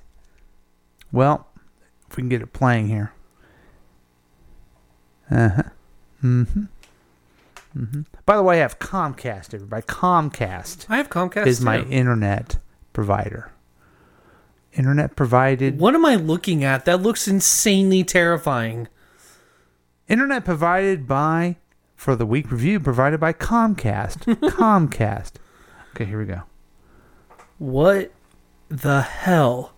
Speaker 1: Well, if we can get it playing here. Uh huh. Mm-hmm. Mm-hmm. By the way, I have Comcast. Everybody, Comcast.
Speaker 2: I have Comcast,
Speaker 1: Is my
Speaker 2: too.
Speaker 1: internet provider. Internet provided.
Speaker 2: What am I looking at? That looks insanely terrifying.
Speaker 1: Internet provided by for the week review provided by Comcast. Comcast. Okay, here we go.
Speaker 2: What the hell?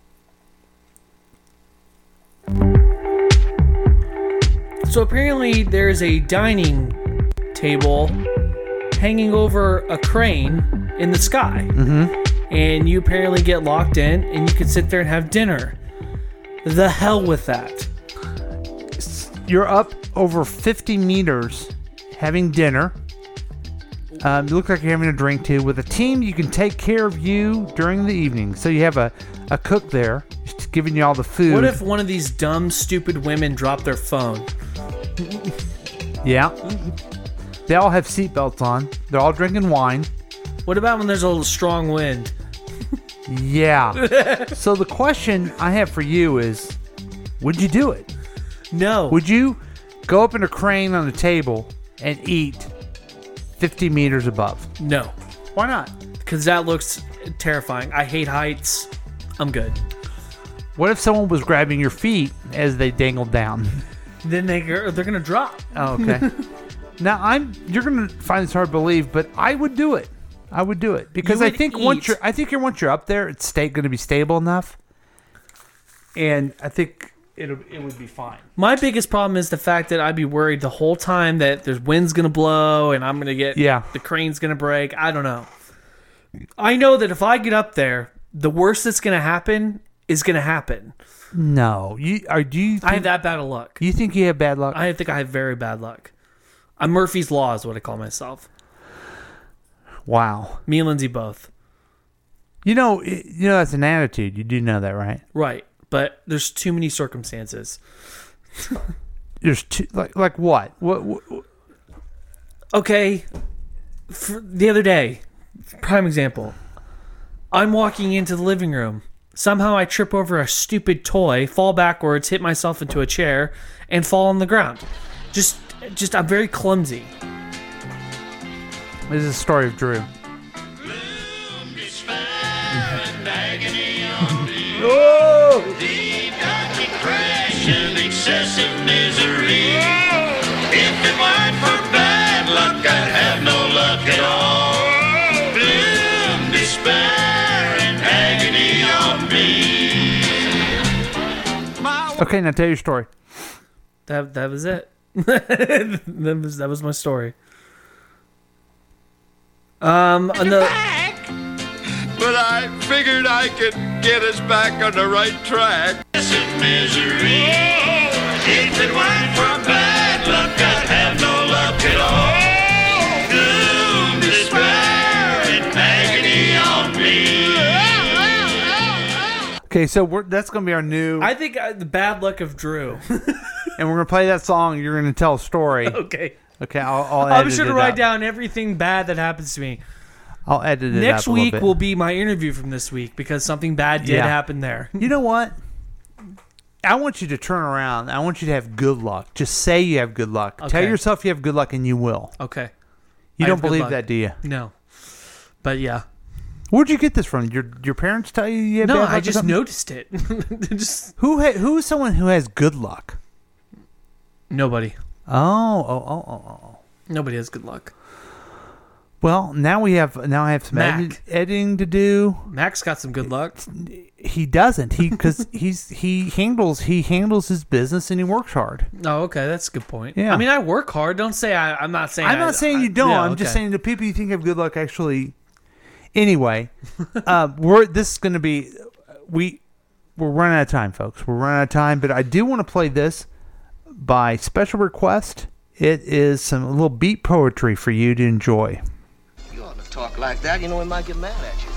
Speaker 2: So apparently there is a dining table hanging over a crane in the sky. Mm-hmm. And you apparently get locked in and you can sit there and have dinner. The hell with that.
Speaker 1: You're up over 50 meters having dinner. Um, you look like you're having a drink too. With a team, you can take care of you during the evening. So you have a, a cook there just giving you all the food.
Speaker 2: What if one of these dumb, stupid women dropped their phone?
Speaker 1: Yeah. They all have seatbelts on. They're all drinking wine.
Speaker 2: What about when there's a little strong wind?
Speaker 1: Yeah. so the question I have for you is, would you do it?
Speaker 2: No.
Speaker 1: Would you go up in a crane on a table and eat 50 meters above?
Speaker 2: No.
Speaker 1: Why not?
Speaker 2: Because that looks terrifying. I hate heights. I'm good.
Speaker 1: What if someone was grabbing your feet as they dangled down?
Speaker 2: Then they they're gonna drop.
Speaker 1: Oh, okay. now I'm you're gonna find this hard to believe, but I would do it. I would do it because
Speaker 2: You
Speaker 1: I
Speaker 2: would
Speaker 1: think once
Speaker 2: eat-
Speaker 1: you're I think you're once you're up there, it's state gonna be stable enough, and I think it it would be fine.
Speaker 2: My biggest problem is the fact that I'd be worried the whole time that there's wind's gonna blow and I'm gonna get
Speaker 1: Yeah.
Speaker 2: the crane's gonna break. I don't know. I know that if I get up there, the worst that's gonna happen is gonna happen.
Speaker 1: No, you are. Do you?
Speaker 2: I have that bad of luck.
Speaker 1: You think you have bad luck?
Speaker 2: I think I have very bad luck. I'm Murphy's Law is what I call myself.
Speaker 1: Wow.
Speaker 2: Me and Lindsay both.
Speaker 1: You know, it- you know that's an attitude. You do know that, right?
Speaker 2: Right. But there's too many circumstances.
Speaker 1: There's two like like what? What? what
Speaker 2: okay, for the other day, prime example. I'm walking into the living room. Somehow I trip over a stupid toy, fall backwards, hit myself into a chair, and fall on the ground. Just, just I'm very clumsy.
Speaker 1: this is the story of Drew.
Speaker 15: Deep dark depression, excessive misery. If it weren't for bad luck, I'd have no luck at all. Gloom, despair, and agony on me.
Speaker 1: Okay, now tell your story.
Speaker 2: That that was it. that was that was my story. Um, another.
Speaker 15: But I figured I could get us back on the right track. Excessive misery. If it weren't for bad luck, I'd have no luck at all. Gloom, despair, and agony on me.
Speaker 1: Okay, so we're that's gonna be our new,
Speaker 2: I think I, the bad luck of Drew.
Speaker 1: and we're gonna play that song. You're gonna tell a story.
Speaker 2: okay.
Speaker 1: Okay, I'll, I'll edit
Speaker 2: I'm sure to
Speaker 1: it
Speaker 2: write
Speaker 1: up.
Speaker 2: down everything bad that happens to me.
Speaker 1: I'll edit it
Speaker 2: Next
Speaker 1: up a little
Speaker 2: week
Speaker 1: bit.
Speaker 2: will be my interview from this week because something bad did
Speaker 1: Yeah.
Speaker 2: happen there.
Speaker 1: You know what? I want you to turn around. I want you to have good luck. Just say you have good luck. Tell
Speaker 2: Okay.
Speaker 1: yourself you have good luck, and you will.
Speaker 2: Okay.
Speaker 1: You
Speaker 2: I
Speaker 1: don't
Speaker 2: have good
Speaker 1: believe
Speaker 2: luck.
Speaker 1: that, do you?
Speaker 2: No. But yeah.
Speaker 1: Where'd you get this from? Your your parents tell you you have
Speaker 2: no,
Speaker 1: bad luck
Speaker 2: I
Speaker 1: or
Speaker 2: just
Speaker 1: something?
Speaker 2: noticed it. just
Speaker 1: Who ha- who's someone who has good luck?
Speaker 2: Nobody.
Speaker 1: Oh, oh, oh, oh, oh, oh.
Speaker 2: Nobody has good luck.
Speaker 1: Well, now we have now I have some
Speaker 2: Mac.
Speaker 1: edit- editing to do.
Speaker 2: Max got some good luck.
Speaker 1: He doesn't. He because he's he handles he handles his business and he works hard.
Speaker 2: Oh, okay, that's a good point.
Speaker 1: Yeah.
Speaker 2: I mean, I work hard. Don't say I, I'm not saying.
Speaker 1: I'm
Speaker 2: I-
Speaker 1: not saying
Speaker 2: I-
Speaker 1: you don't.
Speaker 2: yeah,
Speaker 1: I'm just
Speaker 2: okay.
Speaker 1: saying the people you think have good luck actually. Anyway, uh, we're this is going to be we we're running out of time, folks. We're running out of time, but I do want to play this by special request. It is some little beat poetry for you to enjoy.
Speaker 4: You ought to talk like that. You know, he might get mad at you.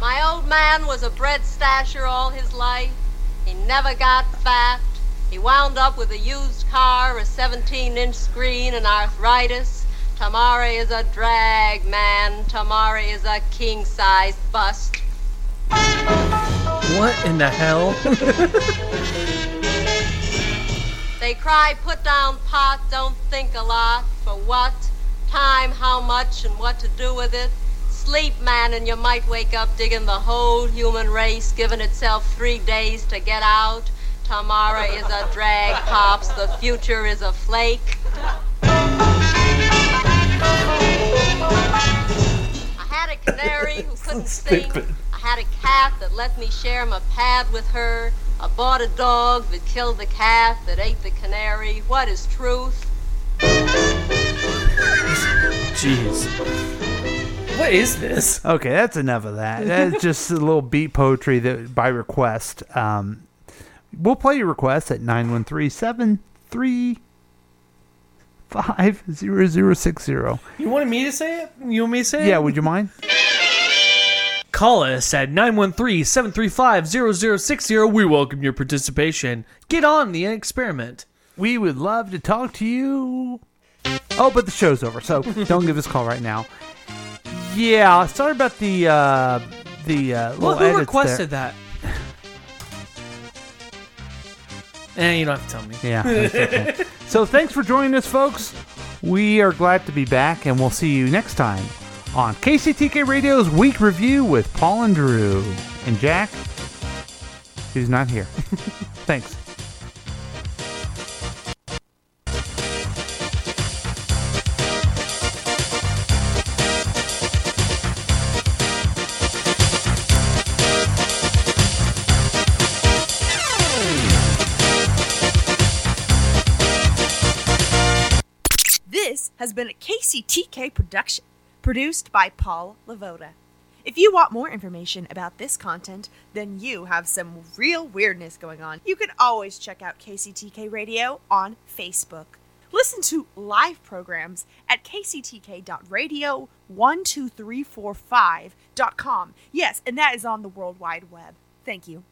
Speaker 22: My old man was a bread stasher all his life. He never got fat. He wound up with a used car, a 17 inch screen, and arthritis. Tamari is a drag man. Tamari is a king sized bust.
Speaker 2: What in the hell?
Speaker 22: They cry, put down pot, don't think a lot. For what? Time, how much, and what to do with it. Sleep, man, and you might wake up digging the whole human race, giving itself three days to get out. Tamara is a drag, Pops. The future is a flake. I had a canary who couldn't sing. I had a cat that let me share my pad with her. I bought a dog that killed the cat that ate the canary. What is truth?
Speaker 2: Jeez. What is this?
Speaker 1: Okay, that's enough of that. That's just a little beat poetry that by request. Um, we'll play your request at 913
Speaker 2: You wanted me to say it? You want me to say it?
Speaker 1: Yeah, would you mind?
Speaker 3: Call us at 913 735 0060. We welcome your participation. Get on the experiment.
Speaker 1: We would love to talk to you. Oh, but the show's over, so don't give us a call right now. Yeah, sorry about the uh, the uh, little
Speaker 2: Well, who
Speaker 1: edits
Speaker 2: requested
Speaker 1: there.
Speaker 2: that?
Speaker 3: Eh,
Speaker 2: And you don't have to tell me.
Speaker 1: Yeah. that's okay. so thanks for joining us, folks. We are glad to be back, and we'll see you next time on KCTK Radio's Week Review with Paul and Drew and Jack, who's not here. thanks.
Speaker 9: This has been a KCTK production, produced by Paul Lavoda. If you want more information about this content, then you have some real weirdness going on. You can always check out KCTK Radio on Facebook. Listen to live programs at kctk.radio12345.com. Yes, and that is on the World Wide Web. Thank you.